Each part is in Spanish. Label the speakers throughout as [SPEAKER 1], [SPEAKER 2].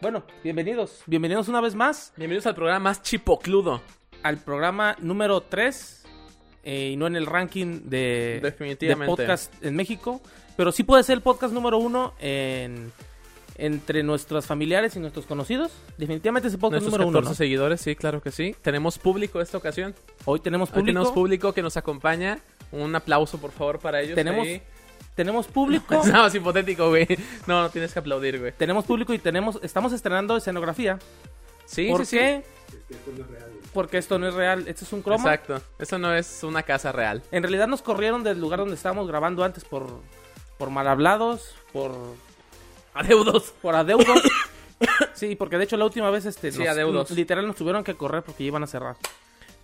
[SPEAKER 1] Bueno, bienvenidos. Bienvenidos una vez más
[SPEAKER 2] Bienvenidos al programa más chipocludo.
[SPEAKER 1] al programa número 3. Y no en el ranking de, de
[SPEAKER 2] Definitivamente.
[SPEAKER 1] podcast en México. Pero sí puede ser el podcast número 1 en, entre nuestros familiares y nuestros conocidos. Definitivamente es el podcast
[SPEAKER 2] Nuestros
[SPEAKER 1] número 1.
[SPEAKER 2] 14 seguidores, sí, claro que sí. Tenemos público esta ocasión.
[SPEAKER 1] Hoy tenemos
[SPEAKER 2] Hoy
[SPEAKER 1] público.
[SPEAKER 2] tenemos público que nos acompaña. Un aplauso, por favor, para ellos.
[SPEAKER 1] Tenemos-
[SPEAKER 2] ahí.
[SPEAKER 1] tenemos público.
[SPEAKER 2] No, es hipotético, güey. No, no tienes que aplaudir, güey.
[SPEAKER 1] Tenemos público y tenemos estamos estrenando escenografía.
[SPEAKER 2] Sí,
[SPEAKER 1] ¿Por
[SPEAKER 2] sí, sí.
[SPEAKER 1] qué? Porque esto no es real. Esto es un croma.
[SPEAKER 2] Exacto. Eso no es una casa real.
[SPEAKER 1] En realidad nos corrieron del lugar donde estábamos grabando antes por, por mal hablados, por,
[SPEAKER 2] Adeudos.
[SPEAKER 1] por adeudos. sí, porque de hecho la última vez este,
[SPEAKER 2] Sí,
[SPEAKER 1] nos-
[SPEAKER 2] adeudos.
[SPEAKER 1] literal nos tuvieron que correr porque ya iban a cerrar.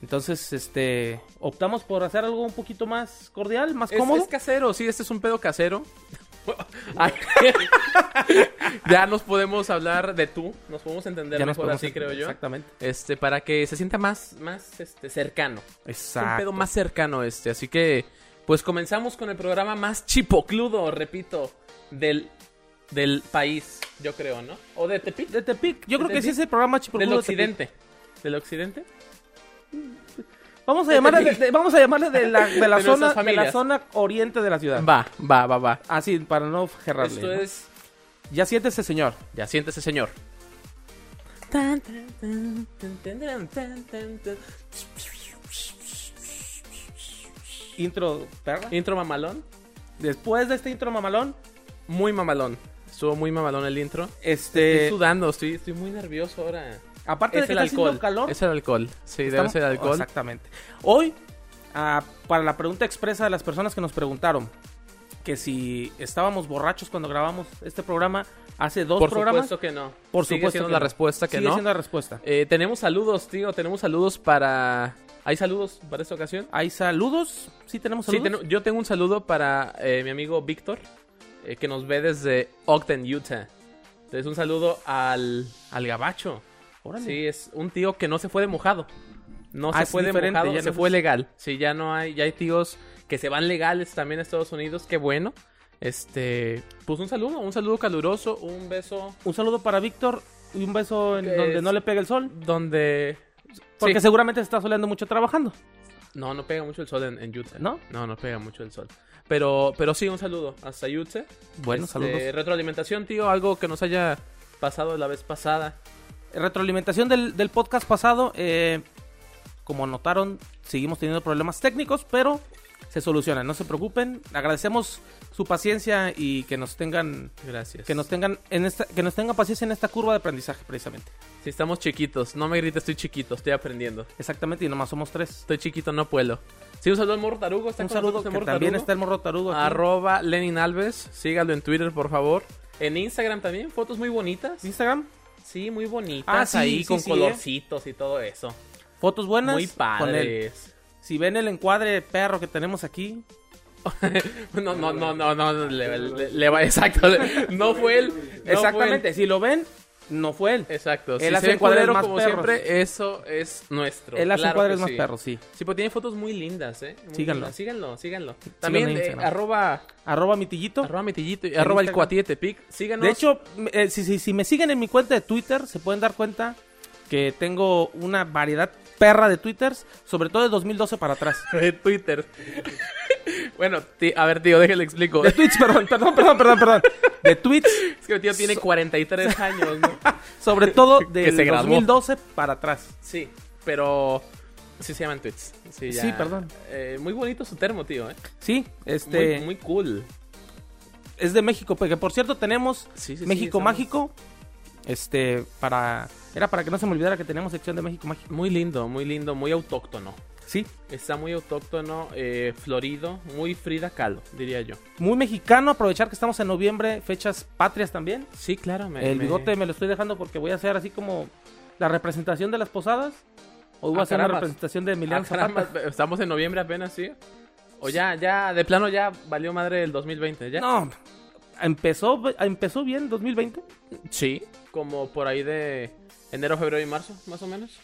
[SPEAKER 1] Entonces, este, optamos por hacer algo un poquito más cordial, más
[SPEAKER 2] Es,
[SPEAKER 1] cómodo.
[SPEAKER 2] es casero, sí, este es un pedo casero. Ay. ya nos podemos hablar de tú. Nos podemos entender
[SPEAKER 1] Ya nos
[SPEAKER 2] mejor
[SPEAKER 1] podemos-
[SPEAKER 2] así, creo yo.
[SPEAKER 1] Exactamente.
[SPEAKER 2] Este, para que se sienta más, más este, cercano. Es un
[SPEAKER 1] Exacto.
[SPEAKER 2] pedo más cercano este. Así que, pues comenzamos con el programa más chipocludo, repito, del, del país, yo creo, ¿no? O de Tepic.
[SPEAKER 1] De Tepic, yo
[SPEAKER 2] De
[SPEAKER 1] creo que sí
[SPEAKER 2] Tepic.
[SPEAKER 1] es el programa Chipocludo de
[SPEAKER 2] del
[SPEAKER 1] Tepic.
[SPEAKER 2] occidente. ¿Del occidente?
[SPEAKER 1] Vamos a
[SPEAKER 2] de
[SPEAKER 1] llamarle,
[SPEAKER 2] Tepic.
[SPEAKER 1] de- de- vamos a llamarle de la, de la
[SPEAKER 2] De nuestras
[SPEAKER 1] zona, de la
[SPEAKER 2] familias.
[SPEAKER 1] zona oriente de la ciudad.
[SPEAKER 2] Va, va, va, va.
[SPEAKER 1] Así, para no gerrarle.
[SPEAKER 2] Esto
[SPEAKER 1] ¿no?
[SPEAKER 2] es...
[SPEAKER 1] Ya siéntese, señor.
[SPEAKER 2] Ya siéntese, señor.
[SPEAKER 1] Intro, perra.
[SPEAKER 2] Intro mamalón.
[SPEAKER 1] Después de este intro mamalón,
[SPEAKER 2] Muy mamalón. Estuvo muy mamalón el intro.
[SPEAKER 1] este.
[SPEAKER 2] estoy sudando, estoy, estoy muy nervioso ahora.
[SPEAKER 1] Aparte de
[SPEAKER 2] Es
[SPEAKER 1] que
[SPEAKER 2] el
[SPEAKER 1] está haciendo
[SPEAKER 2] alcohol.
[SPEAKER 1] calor,
[SPEAKER 2] Es el alcohol. Sí, debe
[SPEAKER 1] estamos-
[SPEAKER 2] ser alcohol.
[SPEAKER 1] Exactamente. Hoy, ah, para la pregunta expresa de las personas que nos preguntaron que si estábamos borrachos cuando grabamos este programa hace dos
[SPEAKER 2] Por
[SPEAKER 1] programas.
[SPEAKER 2] supuesto que no.
[SPEAKER 1] por
[SPEAKER 2] Sigue
[SPEAKER 1] supuesto
[SPEAKER 2] siendo
[SPEAKER 1] que
[SPEAKER 2] la
[SPEAKER 1] no.
[SPEAKER 2] respuesta que
[SPEAKER 1] sigue
[SPEAKER 2] no.
[SPEAKER 1] siendo la respuesta.
[SPEAKER 2] Eh, tenemos saludos, tío. Tenemos saludos para. ¿Hay saludos para esta ocasión?
[SPEAKER 1] ¿Hay saludos? Sí, tenemos
[SPEAKER 2] Sí,
[SPEAKER 1] Ah, saludos.
[SPEAKER 2] teno- yo tengo un saludo para eh, mi amigo Víctor, eh, que nos ve desde Ogden, Utah. Entonces, un saludo al, al gabacho.
[SPEAKER 1] Órale.
[SPEAKER 2] Sí, es un tío que no se fue de mojado. No
[SPEAKER 1] Ah,
[SPEAKER 2] se
[SPEAKER 1] es
[SPEAKER 2] fue de
[SPEAKER 1] diferente,
[SPEAKER 2] mojado,
[SPEAKER 1] ya
[SPEAKER 2] se
[SPEAKER 1] no
[SPEAKER 2] fue
[SPEAKER 1] es-
[SPEAKER 2] legal. Sí, ya no hay, ya hay tíos que se van legales también a Estados Unidos, qué bueno. Este, pues un saludo, un saludo caluroso, un beso
[SPEAKER 1] Un saludo para Víctor y un beso en
[SPEAKER 2] Que
[SPEAKER 1] donde
[SPEAKER 2] es-
[SPEAKER 1] no le pegue el sol.
[SPEAKER 2] donde...
[SPEAKER 1] Porque
[SPEAKER 2] Eh, Sí.
[SPEAKER 1] seguramente se está soleando mucho trabajando.
[SPEAKER 2] No, no pega mucho el sol en, en Utah.
[SPEAKER 1] ¿No?
[SPEAKER 2] No, no pega mucho el sol. Pero, pero sí, un saludo hasta Utah.
[SPEAKER 1] Bueno,
[SPEAKER 2] Este,
[SPEAKER 1] saludos.
[SPEAKER 2] Retroalimentación, tío, algo que nos haya pasado la vez pasada.
[SPEAKER 1] Retroalimentación del, del podcast pasado. eh, como notaron, seguimos teniendo problemas técnicos, pero se solucionan, no se preocupen. Agradecemos su paciencia y que nos tengan,
[SPEAKER 2] Gracias.
[SPEAKER 1] que nos tengan en esta, que nos tengan paciencia en esta curva de aprendizaje, precisamente.
[SPEAKER 2] Si estamos chiquitos, no me grites, estoy chiquito, estoy aprendiendo.
[SPEAKER 1] Exactamente, y nomás somos tres.
[SPEAKER 2] Estoy chiquito, no puedo. Sí, un saludo al Morro Tarugo. Está
[SPEAKER 1] Un
[SPEAKER 2] con
[SPEAKER 1] saludo
[SPEAKER 2] nosotros el
[SPEAKER 1] que
[SPEAKER 2] Morro
[SPEAKER 1] también
[SPEAKER 2] Tarugo.
[SPEAKER 1] está el morro tarugo. aquí.
[SPEAKER 2] Arroba Lenin Alves. Sígalo en Twitter, por favor. En Instagram también, fotos muy bonitas.
[SPEAKER 1] Instagram,
[SPEAKER 2] Sí, muy bonitas.
[SPEAKER 1] Ah, sí,
[SPEAKER 2] ahí
[SPEAKER 1] sí,
[SPEAKER 2] con
[SPEAKER 1] sí,
[SPEAKER 2] colorcitos y todo eso.
[SPEAKER 1] fotos buenas.
[SPEAKER 2] Muy
[SPEAKER 1] con él.
[SPEAKER 2] padres.
[SPEAKER 1] Si ven el encuadre perro que tenemos aquí,
[SPEAKER 2] No, no, no, no, no, no, le, le- le va, exacto. le- No fue él. no pues.
[SPEAKER 1] exactamente.
[SPEAKER 2] fue él.
[SPEAKER 1] Si lo ven, no fue él.
[SPEAKER 2] Exacto.
[SPEAKER 1] Él
[SPEAKER 2] si
[SPEAKER 1] hace
[SPEAKER 2] se ven
[SPEAKER 1] encuadres
[SPEAKER 2] culero,
[SPEAKER 1] más
[SPEAKER 2] como
[SPEAKER 1] perros.
[SPEAKER 2] siempre, eso es nuestro.
[SPEAKER 1] Él hace
[SPEAKER 2] claro
[SPEAKER 1] encuadres
[SPEAKER 2] que
[SPEAKER 1] más
[SPEAKER 2] sí.
[SPEAKER 1] perros, sí.
[SPEAKER 2] Sí, pues tiene fotos muy lindas, ¿eh? Muy
[SPEAKER 1] Síganlo.
[SPEAKER 2] lindas. Síganlo, síganlo. También
[SPEAKER 1] en
[SPEAKER 2] eh,
[SPEAKER 1] Instagram.
[SPEAKER 2] arroba,
[SPEAKER 1] Arroba mitillito.
[SPEAKER 2] arroba mitillito y arroba el
[SPEAKER 1] Instagram.
[SPEAKER 2] cuatí de Tepic. Síganos.
[SPEAKER 1] De hecho, eh, si, si- si me siguen en mi cuenta de Twitter, se pueden dar cuenta que tengo una variedad perra de Twitters, sobre todo de 2012 para atrás.
[SPEAKER 2] de Twitter. bueno, ti- a ver, tío, déjale explico.
[SPEAKER 1] De tweets, perdón, perdón, perdón, perdón, perdón. De tweets,
[SPEAKER 2] Es que mi tío tiene 43 años, ¿no?
[SPEAKER 1] sobre todo
[SPEAKER 2] Que se
[SPEAKER 1] de
[SPEAKER 2] graduó.
[SPEAKER 1] 2012 para atrás.
[SPEAKER 2] Sí, pero sí se llaman tweets. Sí, ya.
[SPEAKER 1] Sí, perdón.
[SPEAKER 2] Eh, muy bonito su termo, tío, ¿eh?
[SPEAKER 1] Sí, este
[SPEAKER 2] Muy, muy cool.
[SPEAKER 1] es de México, porque por cierto tenemos
[SPEAKER 2] Sí, sí, sí,
[SPEAKER 1] México
[SPEAKER 2] estamos-
[SPEAKER 1] Mágico. Este, para era para que no se me olvidara que teníamos sección de México Mágico.
[SPEAKER 2] Muy lindo, muy lindo, muy autóctono.
[SPEAKER 1] Sí,
[SPEAKER 2] Está muy autóctono, eh, florido, muy Frida Kahlo, diría yo.
[SPEAKER 1] muy mexicano, aprovechar que estamos en noviembre, fechas patrias también.
[SPEAKER 2] Sí, claro, me,
[SPEAKER 1] el
[SPEAKER 2] me-
[SPEAKER 1] bigote me lo estoy dejando porque voy a hacer así como la representación de las posadas. Hoy voy
[SPEAKER 2] Ah,
[SPEAKER 1] a hacer la
[SPEAKER 2] carambas.
[SPEAKER 1] representación de Emiliano
[SPEAKER 2] Ah, caramba,
[SPEAKER 1] Zapata.
[SPEAKER 2] estamos en noviembre apenas, sí. O ya, ya, de plano ya valió madre el 2020, ¿ya?
[SPEAKER 1] No, empezó, empezó bien 2020.
[SPEAKER 2] Sí. Como por ahí de enero, febrero y marzo, más o menos.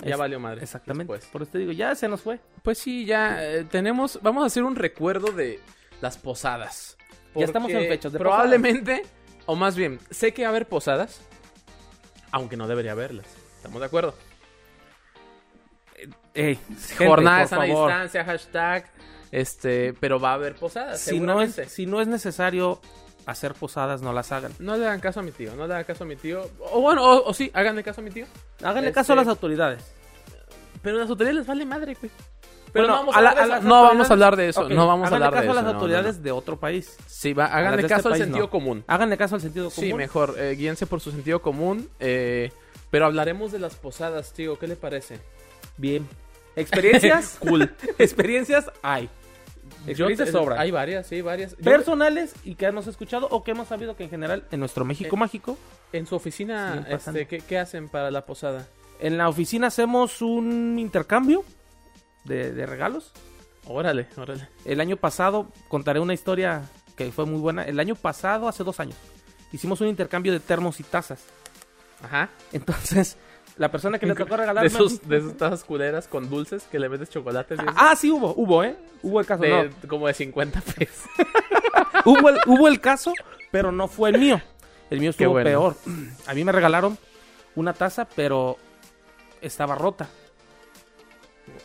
[SPEAKER 2] Ya
[SPEAKER 1] Es-
[SPEAKER 2] valió madre.
[SPEAKER 1] Exactamente.
[SPEAKER 2] después.
[SPEAKER 1] Por eso te digo, ya se nos fue.
[SPEAKER 2] Pues sí, ya eh, tenemos. Vamos a hacer un recuerdo de las posadas.
[SPEAKER 1] Ya estamos en
[SPEAKER 2] Porque
[SPEAKER 1] fechas de
[SPEAKER 2] Probablemente, o más bien, sé que va a haber posadas. aunque no debería haberlas. ¿Estamos de acuerdo?
[SPEAKER 1] Ey, gente,
[SPEAKER 2] Jornada de
[SPEAKER 1] por
[SPEAKER 2] sana
[SPEAKER 1] favor.
[SPEAKER 2] distancia, hashtag. Este, pero va a haber posadas.
[SPEAKER 1] Si no, es,
[SPEAKER 2] seguramente.
[SPEAKER 1] si no es necesario hacer posadas, no las hagan.
[SPEAKER 2] No le hagan caso a mi tío, no le hagan caso a mi tío. O bueno, o, o sí, háganle caso a mi tío.
[SPEAKER 1] Háganle
[SPEAKER 2] Este,
[SPEAKER 1] caso a las autoridades.
[SPEAKER 2] Pero las autoridades les vale madre, güey.
[SPEAKER 1] Bueno,
[SPEAKER 2] Pero no, vamos
[SPEAKER 1] a
[SPEAKER 2] a,
[SPEAKER 1] la-
[SPEAKER 2] hablar de
[SPEAKER 1] a
[SPEAKER 2] eso.
[SPEAKER 1] las
[SPEAKER 2] No vamos a
[SPEAKER 1] autoridades-
[SPEAKER 2] hablar de eso.
[SPEAKER 1] Ok,
[SPEAKER 2] No vamos a
[SPEAKER 1] háganle
[SPEAKER 2] hablar de
[SPEAKER 1] caso
[SPEAKER 2] eso.
[SPEAKER 1] a las
[SPEAKER 2] no, no,
[SPEAKER 1] autoridades
[SPEAKER 2] no.
[SPEAKER 1] de otro país.
[SPEAKER 2] Sí, va,
[SPEAKER 1] las
[SPEAKER 2] háganle
[SPEAKER 1] de este
[SPEAKER 2] caso al
[SPEAKER 1] país,
[SPEAKER 2] sentido
[SPEAKER 1] no.
[SPEAKER 2] común.
[SPEAKER 1] Háganle caso al sentido común.
[SPEAKER 2] Sí, mejor. eh, guíense por su sentido común. eh, pero hablaremos de las posadas, tío. ¿Qué le parece?
[SPEAKER 1] Bien. Experiencias, cool. Experiencias hay. Experiencias
[SPEAKER 2] eh,
[SPEAKER 1] sobran.
[SPEAKER 2] Hay varias, sí, varias. Yo-
[SPEAKER 1] Personales y que hemos escuchado o que hemos sabido que en general en nuestro México
[SPEAKER 2] Eh,
[SPEAKER 1] mágico,
[SPEAKER 2] en su oficina,
[SPEAKER 1] Siguen pasando.
[SPEAKER 2] este, ¿qué, qué hacen para la posada?
[SPEAKER 1] en la oficina hacemos un intercambio de, de regalos.
[SPEAKER 2] Órale, órale.
[SPEAKER 1] El año pasado, contaré una historia que fue muy buena. El año pasado, hace dos años, hicimos un intercambio de termos y tazas.
[SPEAKER 2] Ajá.
[SPEAKER 1] Entonces, la persona que le tocó regalarme...
[SPEAKER 2] De sus, de sus tazas culeras con dulces que le metes chocolates. y eso.
[SPEAKER 1] Ah, sí hubo, hubo, ¿eh? Hubo el caso,
[SPEAKER 2] De-
[SPEAKER 1] no.
[SPEAKER 2] Como de 50 pesos.
[SPEAKER 1] hubo, el, hubo el caso, pero no fue el mío. El mío
[SPEAKER 2] Qué
[SPEAKER 1] estuvo
[SPEAKER 2] bueno.
[SPEAKER 1] peor. A mí me regalaron una taza, pero estaba rota.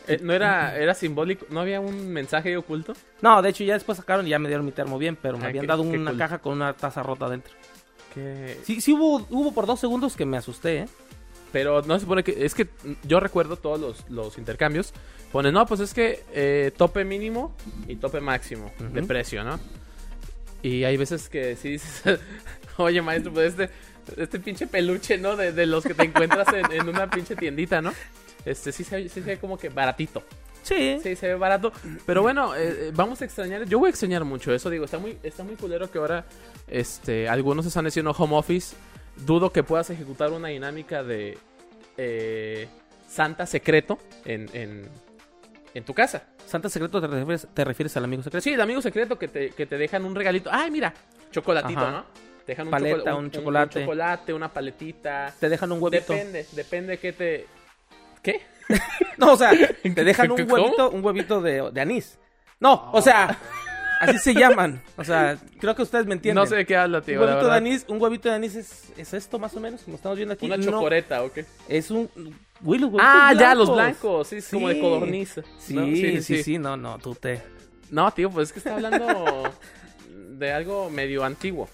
[SPEAKER 2] Eh, no era, era simbólico, no había un mensaje oculto.
[SPEAKER 1] No, de hecho ya después sacaron y ya me dieron mi termo bien, pero me
[SPEAKER 2] Ah,
[SPEAKER 1] habían
[SPEAKER 2] qué-
[SPEAKER 1] dado
[SPEAKER 2] qué
[SPEAKER 1] una
[SPEAKER 2] cool.
[SPEAKER 1] caja con una taza rota adentro.
[SPEAKER 2] Que...
[SPEAKER 1] Sí, sí hubo, hubo por dos segundos que me asusté, ¿eh?
[SPEAKER 2] Pero no se supone que. Es que yo recuerdo todos los, los intercambios. Ponen, no, pues es que eh, tope mínimo y tope máximo de
[SPEAKER 1] Ujú.
[SPEAKER 2] precio, ¿no? Y hay veces que sí dices, oye, maestro, pues este, este pinche peluche, ¿no? De, de los que te encuentras en, en una pinche tiendita, ¿no? Este sí se, sí se ve como que baratito.
[SPEAKER 1] Sí.
[SPEAKER 2] Sí, se ve barato. Pero bueno, eh, eh, vamos a extrañar. Yo voy a extrañar mucho eso. Digo, está muy, está muy culero que ahora este, algunos están haciendo home office. Dudo que puedas ejecutar una dinámica de eh, Santa secreto en, en, en tu casa.
[SPEAKER 1] Santa Secreto te refieres, te refieres al amigo secreto.
[SPEAKER 2] Sí, el amigo secreto que te, que te dejan un regalito. Ay, mira, chocolatito,
[SPEAKER 1] Ajá.
[SPEAKER 2] ¿no? Te dejan un,
[SPEAKER 1] Paleta,
[SPEAKER 2] chocola-
[SPEAKER 1] un chocolate.
[SPEAKER 2] Un chocolate, una paletita.
[SPEAKER 1] Te dejan un huevito.
[SPEAKER 2] Depende, depende que te... ¿Qué?
[SPEAKER 1] No, o sea, te dejan un
[SPEAKER 2] ¿Cómo?
[SPEAKER 1] huevito, un huevito de, de anís. No, o sea, así se llaman. O sea, creo que ustedes me entienden.
[SPEAKER 2] Ah. No sé de qué habla, tío.
[SPEAKER 1] un
[SPEAKER 2] la
[SPEAKER 1] huevito de
[SPEAKER 2] verdad.
[SPEAKER 1] anís, un huevito de anís es, es esto más o menos, como estamos viendo aquí.
[SPEAKER 2] Una
[SPEAKER 1] No,
[SPEAKER 2] chocoreta, ¿o qué?
[SPEAKER 1] es un... Uy, los huevitos
[SPEAKER 2] Ah, ya, los
[SPEAKER 1] blancos.
[SPEAKER 2] blancos, sí, es como
[SPEAKER 1] Sí.
[SPEAKER 2] de codorniz. ¿no?
[SPEAKER 1] Sí, sí, sí, no, no, tú te...
[SPEAKER 2] No, tío, pues es que está hablando de algo medio antiguo.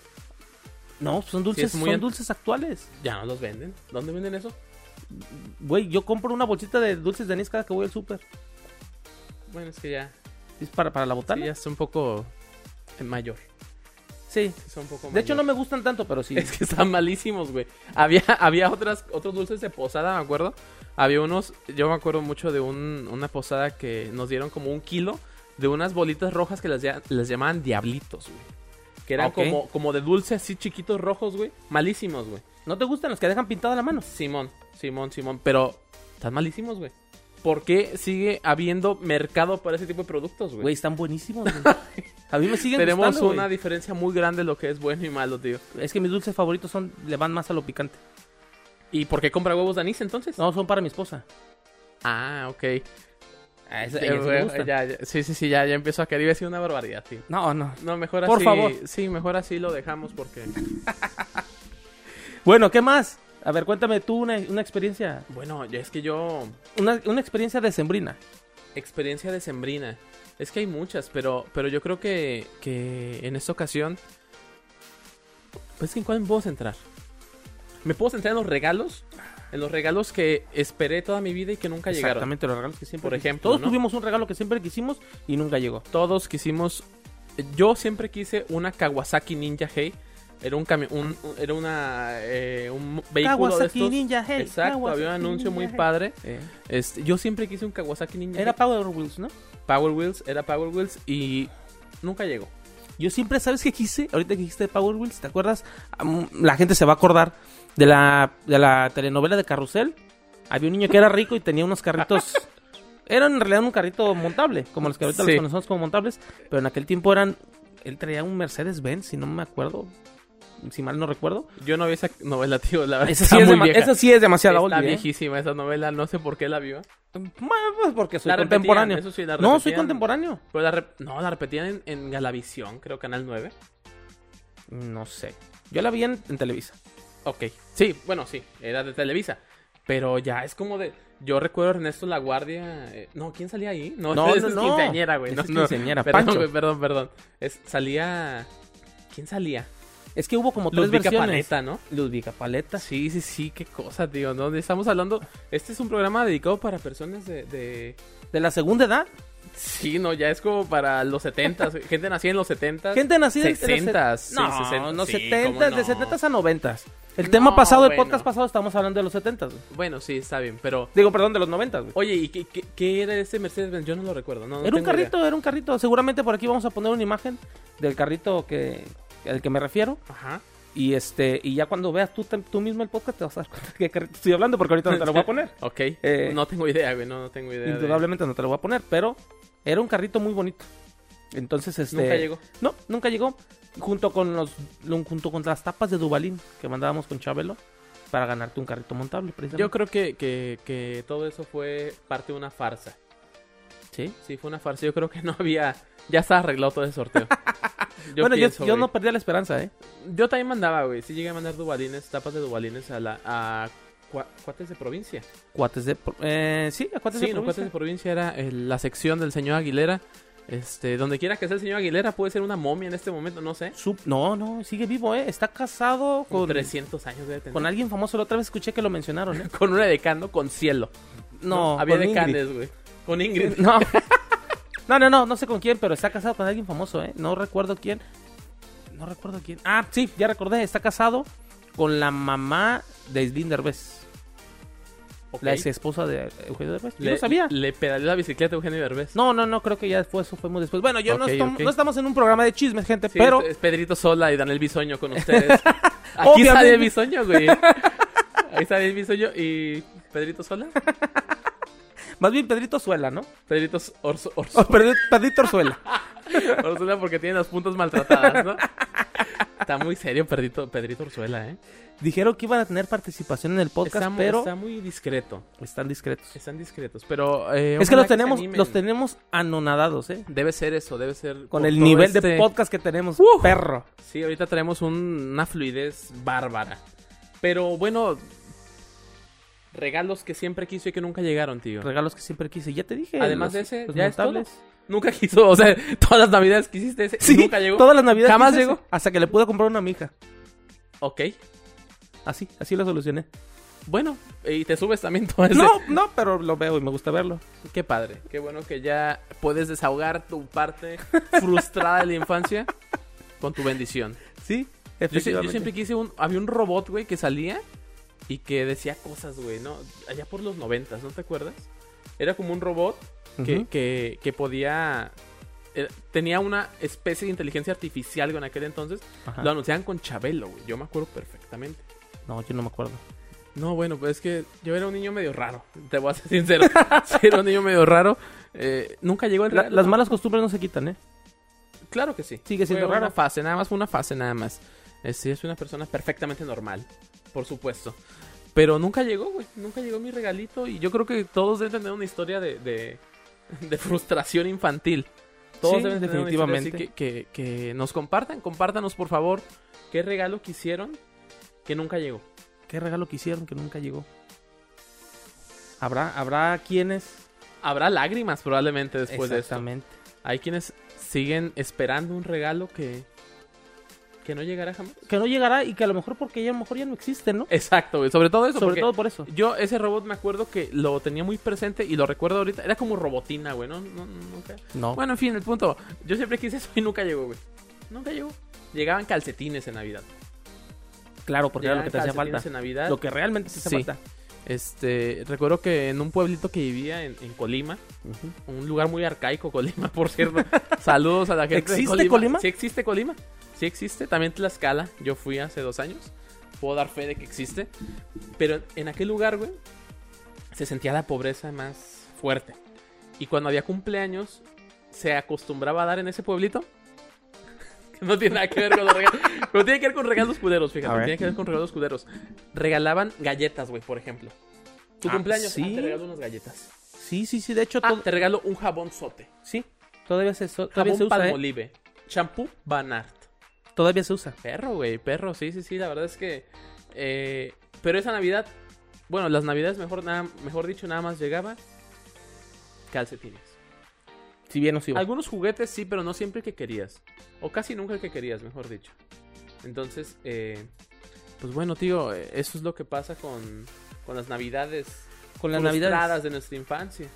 [SPEAKER 1] No, son dulces,
[SPEAKER 2] es muy
[SPEAKER 1] son
[SPEAKER 2] an-
[SPEAKER 1] dulces actuales.
[SPEAKER 2] Ya no los venden. ¿Dónde venden eso?
[SPEAKER 1] Güey, yo compro una bolsita de dulces de anís cada que voy al súper.
[SPEAKER 2] Bueno, es que ya,
[SPEAKER 1] Es para, para la
[SPEAKER 2] sí,
[SPEAKER 1] botana.
[SPEAKER 2] ya está un poco mayor.
[SPEAKER 1] Sí.
[SPEAKER 2] Está un poco
[SPEAKER 1] De hecho, no
[SPEAKER 2] mayor.
[SPEAKER 1] me gustan tanto, pero sí.
[SPEAKER 2] Oh Es que están malísimos, güey. Había, había otras, otros dulces de posada, me acuerdo. Había unos, yo me acuerdo mucho de un- una posada que nos dieron como un kilo de unas bolitas rojas que las, ya- las llamaban diablitos, güey. Que eran
[SPEAKER 1] Ok.
[SPEAKER 2] como, como de dulce así chiquitos rojos, güey. Malísimos, güey.
[SPEAKER 1] ¿No te gustan los que dejan pintada la mano?
[SPEAKER 2] Simón, Simón, Simón. Pero están malísimos, güey. ¿Por qué sigue habiendo mercado para ese tipo de productos,
[SPEAKER 1] Güey,
[SPEAKER 2] güey?
[SPEAKER 1] están buenísimos. güey. A mí me siguen
[SPEAKER 2] Tenemos
[SPEAKER 1] gustando,
[SPEAKER 2] una
[SPEAKER 1] güey.
[SPEAKER 2] diferencia muy grande de lo que es bueno y malo, tío.
[SPEAKER 1] Es que mis dulces favoritos son le van más a lo picante.
[SPEAKER 2] ¿Y por qué compra huevos de anís entonces?
[SPEAKER 1] No, son para mi esposa.
[SPEAKER 2] Ah, ok.
[SPEAKER 1] A esa- a ella sí
[SPEAKER 2] Eh,
[SPEAKER 1] le
[SPEAKER 2] güey,
[SPEAKER 1] gustan.
[SPEAKER 2] ya, ya. Sí, sí, sí, ya, ya empiezo a querer decir una barbaridad, tío.
[SPEAKER 1] No, no.
[SPEAKER 2] No, mejor
[SPEAKER 1] Por
[SPEAKER 2] así.
[SPEAKER 1] favor.
[SPEAKER 2] Sí, mejor así lo dejamos porque.
[SPEAKER 1] Bueno, ¿qué más? A ver, cuéntame tú una, una experiencia,
[SPEAKER 2] Bueno, ya es que yo.
[SPEAKER 1] una, una experiencia decembrina.
[SPEAKER 2] Experiencia de sembrina. Es que hay muchas, pero, pero yo creo que, que en esta ocasión. Pues que en cuál me puedo centrar. Me puedo centrar en los regalos. En los regalos que esperé toda mi vida y que nunca llegaron.
[SPEAKER 1] Exactamente, los regalos que siempre
[SPEAKER 2] Por
[SPEAKER 1] quisimos.
[SPEAKER 2] ejemplo,
[SPEAKER 1] Todos
[SPEAKER 2] ¿no?
[SPEAKER 1] tuvimos un regalo que siempre quisimos y nunca llegó.
[SPEAKER 2] Todos quisimos. Yo siempre quise una Kawasaki Ninja Hey. Era un camión. Un, un- era una. eh, un vehículo de
[SPEAKER 1] Kawasaki
[SPEAKER 2] estos.
[SPEAKER 1] Ninja, hey.
[SPEAKER 2] Exacto,
[SPEAKER 1] Kawasaki
[SPEAKER 2] había un anuncio
[SPEAKER 1] Ninja,
[SPEAKER 2] muy
[SPEAKER 1] hey.
[SPEAKER 2] padre.
[SPEAKER 1] Eh,
[SPEAKER 2] Este, yo siempre quise un Kawasaki Ninja.
[SPEAKER 1] Era
[SPEAKER 2] Hey.
[SPEAKER 1] Power Wheels, ¿no?
[SPEAKER 2] Power Wheels, era Power Wheels y nunca llegó.
[SPEAKER 1] Yo siempre, ¿sabes qué quise? Ahorita que dijiste Power Wheels, ¿te acuerdas? Am, La gente se va a acordar de la, de la telenovela de Carrusel. Había un niño que era rico y tenía unos carritos. Era en realidad un carrito montable, como los que ahorita
[SPEAKER 2] Sí.
[SPEAKER 1] los conocemos como montables. Pero en aquel tiempo eran. Él traía un Mercedes-Benz, si no me acuerdo. Si mal no recuerdo.
[SPEAKER 2] Yo no vi esa novela, tío, la verdad.
[SPEAKER 1] Esa
[SPEAKER 2] está
[SPEAKER 1] sí, es
[SPEAKER 2] muy
[SPEAKER 1] dema-
[SPEAKER 2] vieja.
[SPEAKER 1] esa sí es demasiado
[SPEAKER 2] Está
[SPEAKER 1] oldie, ¿eh?
[SPEAKER 2] viejísima esa novela, no sé por qué la vio.
[SPEAKER 1] Ma- pues Porque soy
[SPEAKER 2] La repetían,
[SPEAKER 1] contemporáneo.
[SPEAKER 2] eso sí, la
[SPEAKER 1] no, soy
[SPEAKER 2] repetían.
[SPEAKER 1] contemporáneo.
[SPEAKER 2] Pero la rep- no, la repetían en, en Galavisión, creo, Canal 9.
[SPEAKER 1] No sé. Yo la vi en, en Televisa.
[SPEAKER 2] Ok. Sí, bueno, sí, era de Televisa. Pero ya es como de. Yo recuerdo a Ernesto La Guardia. eh, no, ¿quién salía ahí? No,
[SPEAKER 1] No,
[SPEAKER 2] esa
[SPEAKER 1] no,
[SPEAKER 2] es
[SPEAKER 1] no.
[SPEAKER 2] quinceañera, güey.
[SPEAKER 1] Esa
[SPEAKER 2] No,
[SPEAKER 1] es
[SPEAKER 2] no.
[SPEAKER 1] quinceañera,
[SPEAKER 2] Perdón,
[SPEAKER 1] Pancho.
[SPEAKER 2] güey, perdón, perdón. Es, salía. ¿Quién salía?
[SPEAKER 1] Es que hubo como tres
[SPEAKER 2] Ludvica
[SPEAKER 1] versiones.
[SPEAKER 2] Paleta, ¿no?
[SPEAKER 1] Ludvica Paleta.
[SPEAKER 2] Sí, sí, sí, qué cosa, tío. ¿no? Estamos hablando. Este es un programa dedicado para personas de. de-
[SPEAKER 1] De la segunda edad.
[SPEAKER 2] Sí, no, ya es como para los 70 Gente nacida en los 70
[SPEAKER 1] Gente nacida en- en los
[SPEAKER 2] 60s,
[SPEAKER 1] set-
[SPEAKER 2] sí,
[SPEAKER 1] No,
[SPEAKER 2] 60s,
[SPEAKER 1] no,
[SPEAKER 2] sí,
[SPEAKER 1] 70
[SPEAKER 2] cómo
[SPEAKER 1] de
[SPEAKER 2] no.
[SPEAKER 1] 70 a 90 El
[SPEAKER 2] No,
[SPEAKER 1] tema pasado, el
[SPEAKER 2] bueno.
[SPEAKER 1] podcast pasado, estamos hablando de los 70
[SPEAKER 2] Bueno, sí, está bien, pero.
[SPEAKER 1] Digo, perdón, de los 90 güey.
[SPEAKER 2] Oye, ¿y qué, qué- qué era ese Mercedes-Benz? Yo no lo recuerdo. No, no
[SPEAKER 1] Era un
[SPEAKER 2] tengo idea.
[SPEAKER 1] carrito, era un carrito. Seguramente por aquí vamos a poner una imagen del carrito que al que me refiero.
[SPEAKER 2] Ajá.
[SPEAKER 1] Y este y ya cuando veas tú, te- tú mismo el podcast te vas a dar cuenta de qué carrito estoy hablando, porque ahorita no te lo voy a poner.
[SPEAKER 2] Ok.
[SPEAKER 1] Eh,
[SPEAKER 2] no tengo idea, güey. No, no tengo idea. de-
[SPEAKER 1] Indudablemente no te lo voy a poner, pero era un carrito muy bonito. Entonces, este.
[SPEAKER 2] Nunca llegó.
[SPEAKER 1] No, nunca llegó. Junto con los lo- junto con las tapas de Dubalín que mandábamos con Chabelo para ganarte un carrito montable,
[SPEAKER 2] Yo
[SPEAKER 1] precisamente.
[SPEAKER 2] creo que, que, que todo eso fue parte de una farsa.
[SPEAKER 1] Sí.
[SPEAKER 2] Sí, fue una farsa. Yo creo que no había. Ya estaba arreglado todo el sorteo.
[SPEAKER 1] bueno, yo-
[SPEAKER 2] pienso,
[SPEAKER 1] yo,
[SPEAKER 2] güey.
[SPEAKER 1] no perdí la esperanza, ¿eh?
[SPEAKER 2] Yo también mandaba, güey. Sí, llegué a mandar dubalines, tapas de dubalines a la. A... cua- Cuates de provincia.
[SPEAKER 1] Cuates de. pro- eh, sí, a cuates
[SPEAKER 2] sí,
[SPEAKER 1] de.
[SPEAKER 2] no, Cuates
[SPEAKER 1] provincia.
[SPEAKER 2] de provincia era eh, la sección del señor Aguilera. Este, donde quiera que sea el señor Aguilera, puede ser una momia en este momento, no sé.
[SPEAKER 1] Sup- No, no, sigue vivo, ¿eh? Está casado
[SPEAKER 2] Con
[SPEAKER 1] con,
[SPEAKER 2] 300 años de
[SPEAKER 1] con alguien famoso. La otra vez escuché que lo mencionaron, ¿eh?
[SPEAKER 2] Con una decano con cielo.
[SPEAKER 1] No,
[SPEAKER 2] había
[SPEAKER 1] con Ingrid.
[SPEAKER 2] decanes, güey. Con Ingrid.
[SPEAKER 1] No. No, no, no, no sé con quién, pero está casado con alguien famoso, ¿eh? No recuerdo quién. No recuerdo quién. Ah, sí, ya recordé, está casado con la mamá de Islinda Derbez,
[SPEAKER 2] Ok.
[SPEAKER 1] la ex esposa de eh, Eugenio Derbez. Yo
[SPEAKER 2] Le-
[SPEAKER 1] no sabía.
[SPEAKER 2] Le pedaleó la bicicleta a Eugenio Derbez.
[SPEAKER 1] No, no, no, creo que ya después, eso fue muy después. Bueno, yo no,
[SPEAKER 2] Ok,
[SPEAKER 1] estom-
[SPEAKER 2] ok.
[SPEAKER 1] no estamos en un programa de chismes, gente,
[SPEAKER 2] Sí,
[SPEAKER 1] pero
[SPEAKER 2] es, es Pedrito Sola y Daniel Bisoño con ustedes. Aquí
[SPEAKER 1] Obviamente.
[SPEAKER 2] está Daniel Bisoño, güey. Ahí está Daniel Bisoño y Pedrito Sola.
[SPEAKER 1] más bien Pedrito Suela, ¿no?
[SPEAKER 2] Pedrito S- Orso- Orso-
[SPEAKER 1] O Pedri- Pedrito Orzuela.
[SPEAKER 2] Orzuela porque tiene las puntas maltratadas, ¿no? Está muy serio Pedrito, Pedrito Orzuela, ¿eh?
[SPEAKER 1] Dijeron que iban a tener participación en el podcast,
[SPEAKER 2] Está, mu-
[SPEAKER 1] pero
[SPEAKER 2] está muy discreto.
[SPEAKER 1] están discretos.
[SPEAKER 2] Están discretos, pero... eh,
[SPEAKER 1] Es que los
[SPEAKER 2] ojalá se
[SPEAKER 1] tenemos,
[SPEAKER 2] animen.
[SPEAKER 1] los tenemos anonadados, ¿eh?
[SPEAKER 2] Debe ser eso, debe ser...
[SPEAKER 1] Con
[SPEAKER 2] por
[SPEAKER 1] el
[SPEAKER 2] todo
[SPEAKER 1] nivel de
[SPEAKER 2] este-
[SPEAKER 1] podcast que tenemos,
[SPEAKER 2] Uh.
[SPEAKER 1] perro.
[SPEAKER 2] Sí, ahorita traemos un- una fluidez bárbara. Pero bueno, regalos que siempre quiso y que nunca llegaron, tío.
[SPEAKER 1] Regalos que siempre quise. Ya te dije.
[SPEAKER 2] Además
[SPEAKER 1] los-
[SPEAKER 2] de ese,
[SPEAKER 1] los
[SPEAKER 2] ya es todo.
[SPEAKER 1] montables.
[SPEAKER 2] Nunca quiso, o sea, todas las navidades que hiciste ese,
[SPEAKER 1] Sí,
[SPEAKER 2] nunca llegó.
[SPEAKER 1] todas las navidades.
[SPEAKER 2] Jamás
[SPEAKER 1] quise
[SPEAKER 2] llegó.
[SPEAKER 1] ese, Hasta que le pude comprar una mija.
[SPEAKER 2] Ok,
[SPEAKER 1] Así, así lo solucioné.
[SPEAKER 2] bueno, y te subes también todo ese.
[SPEAKER 1] No, no, pero lo veo y me gusta verlo.
[SPEAKER 2] Qué padre, qué bueno que ya puedes desahogar tu parte frustrada de la infancia con tu bendición.
[SPEAKER 1] Sí,
[SPEAKER 2] Yo, sí- yo
[SPEAKER 1] efectivamente.
[SPEAKER 2] siempre quise un... Había un robot, güey, que salía y que decía cosas, güey, ¿no? Allá por los noventas, ¿no te acuerdas? Era como un robot que,
[SPEAKER 1] Ujú.
[SPEAKER 2] que- que podía... era- tenía una especie de inteligencia artificial güey, en aquel entonces.
[SPEAKER 1] Ajá.
[SPEAKER 2] Lo anunciaban con Chabelo, güey. Yo me acuerdo perfectamente.
[SPEAKER 1] No, yo no me acuerdo.
[SPEAKER 2] No, bueno, pues es que yo era un niño medio raro. Te voy a ser sincero. Sí, era un niño medio raro. Eh, nunca llegó el
[SPEAKER 1] La-
[SPEAKER 2] regalo.
[SPEAKER 1] las malas costumbres no se quitan, ¿eh?
[SPEAKER 2] Claro que sí.
[SPEAKER 1] Sigue siendo
[SPEAKER 2] Fue
[SPEAKER 1] raro.
[SPEAKER 2] una fase, nada más fue una fase, nada más. Eh, sí, es una persona perfectamente normal, por supuesto. Pero nunca llegó, güey. Nunca llegó mi regalito. Y yo creo que todos deben tener una historia de, de, de frustración infantil. Todos
[SPEAKER 1] Sí,
[SPEAKER 2] deben tener definitivamente.
[SPEAKER 1] definitivamente.
[SPEAKER 2] que, que- que nos compartan, compártanos, por favor, qué regalo quisieron que nunca llegó.
[SPEAKER 1] ¿Qué regalo que hicieron que nunca llegó? ¿Habrá, habrá quienes?
[SPEAKER 2] Habrá lágrimas probablemente después de esto.
[SPEAKER 1] Exactamente.
[SPEAKER 2] Hay quienes siguen esperando un regalo que, que no llegará jamás.
[SPEAKER 1] Que no llegará y que a lo mejor porque ya, a lo mejor ya no existe, ¿no?
[SPEAKER 2] Exacto, güey. Sobre todo eso,
[SPEAKER 1] Sobre
[SPEAKER 2] porque
[SPEAKER 1] todo por eso.
[SPEAKER 2] Yo ese robot me acuerdo que lo tenía muy presente y lo recuerdo ahorita. Era como robotina, güey, ¿no? No, no, nunca.
[SPEAKER 1] No.
[SPEAKER 2] Bueno, en fin, el punto. Yo siempre quise eso y nunca llegó, güey. Nunca llegó. Llegaban calcetines en Navidad.
[SPEAKER 1] claro, porque era lo que te hacía
[SPEAKER 2] Llegaban
[SPEAKER 1] falta.
[SPEAKER 2] calcetines en Navidad.
[SPEAKER 1] Lo que realmente te hacía
[SPEAKER 2] Sí.
[SPEAKER 1] falta.
[SPEAKER 2] Este, recuerdo que en un pueblito que vivía en, en Colima,
[SPEAKER 1] Ujú.
[SPEAKER 2] un lugar muy arcaico, Colima, por cierto. Saludos a la gente. de
[SPEAKER 1] ¿Existe Colima?
[SPEAKER 2] Sí existe Colima. Sí existe. También Tlaxcala. Yo fui hace dos años. Puedo dar fe de que existe. Pero en- en aquel lugar, güey, se sentía la pobreza más fuerte. Y cuando había cumpleaños, se acostumbraba a dar en ese pueblito. que No tiene nada que ver con los regalos. Pero tiene que ver con regalos culeros,
[SPEAKER 1] A
[SPEAKER 2] fíjate.
[SPEAKER 1] ver.
[SPEAKER 2] Tiene que ver con regalos culeros. Regalaban galletas, güey, por ejemplo. Tu
[SPEAKER 1] Ah,
[SPEAKER 2] cumpleaños,
[SPEAKER 1] ¿sí?
[SPEAKER 2] ah, te regalo unas galletas.
[SPEAKER 1] Sí, sí, sí. De hecho,
[SPEAKER 2] Ah,
[SPEAKER 1] todo-
[SPEAKER 2] te regalo un jabón sote.
[SPEAKER 1] Sí, todavía se, so- todavía se
[SPEAKER 2] Jabón
[SPEAKER 1] usa. ¿eh?
[SPEAKER 2] Palmolive. Champú Banart.
[SPEAKER 1] Todavía se usa.
[SPEAKER 2] Perro, güey, perro. Sí, sí, sí. La verdad es que Eh, pero esa Navidad, bueno, las Navidades, mejor, nada, mejor dicho, nada más llegaba calcetines.
[SPEAKER 1] Si bien nos iba.
[SPEAKER 2] Algunos juguetes sí, pero no siempre el que querías. O casi nunca el que querías, mejor dicho. Entonces, eh, pues bueno, tío, eh, eso es lo que pasa con, con las Navidades
[SPEAKER 1] Con las
[SPEAKER 2] frustradas
[SPEAKER 1] navidades.
[SPEAKER 2] de nuestra infancia.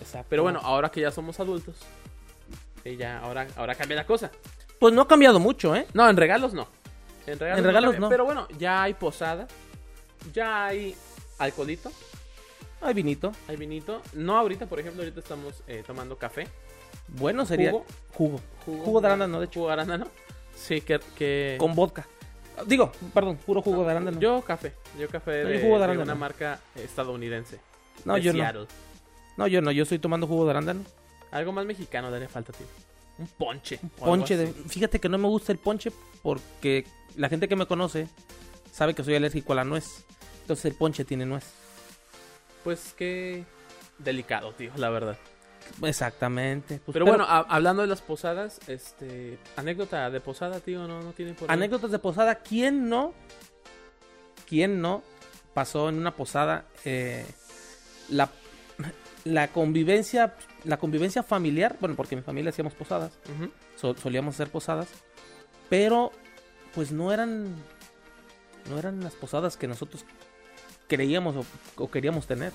[SPEAKER 1] Exacto.
[SPEAKER 2] Pero bueno, ahora que ya somos adultos, eh, ya ahora, ahora cambia la cosa.
[SPEAKER 1] Pues no ha cambiado mucho, ¿eh?
[SPEAKER 2] No, en regalos no. En regalos,
[SPEAKER 1] En regalos
[SPEAKER 2] cambia.
[SPEAKER 1] no.
[SPEAKER 2] Pero bueno, ya hay posada, ya hay alcoholito,
[SPEAKER 1] Ay, vinito.
[SPEAKER 2] hay vinito. No ahorita, por ejemplo, ahorita estamos eh, tomando café.
[SPEAKER 1] Bueno, sería.
[SPEAKER 2] Jugo.
[SPEAKER 1] Jugo. Jugo de arándano, de hecho.
[SPEAKER 2] Jugo de arándano. Sí, que... que-
[SPEAKER 1] Con vodka. Digo, perdón, puro jugo de arándano.
[SPEAKER 2] Yo café, yo café de,
[SPEAKER 1] No, yo jugo de
[SPEAKER 2] de
[SPEAKER 1] arándano.
[SPEAKER 2] una marca eh, estadounidense.
[SPEAKER 1] no,
[SPEAKER 2] de
[SPEAKER 1] yo no.
[SPEAKER 2] Seattle.
[SPEAKER 1] No, yo no. Yo estoy tomando jugo de arándano.
[SPEAKER 2] Algo más mexicano daría falta, tío. Un ponche. o algo
[SPEAKER 1] Ponche de.
[SPEAKER 2] así.
[SPEAKER 1] Fíjate que no me gusta el ponche porque la gente que me conoce sabe que soy alérgico a la nuez. Entonces el ponche tiene nuez.
[SPEAKER 2] Pues qué delicado, tío, la verdad.
[SPEAKER 1] Pues, Exactamente. Pues,
[SPEAKER 2] Pero, bueno, ah, ha- hablando de las posadas, este... Anécdota de posada, tío, no, no tiene por ahí?
[SPEAKER 1] Anécdotas de posada. ¿Quién no? ¿Quién no pasó en una posada eh, la, la convivencia la convivencia familiar? Bueno, porque en mi familia hacíamos posadas,
[SPEAKER 2] Ujú.
[SPEAKER 1] so- solíamos hacer posadas, pero pues no eran no eran las posadas que nosotros creíamos o, o queríamos tener.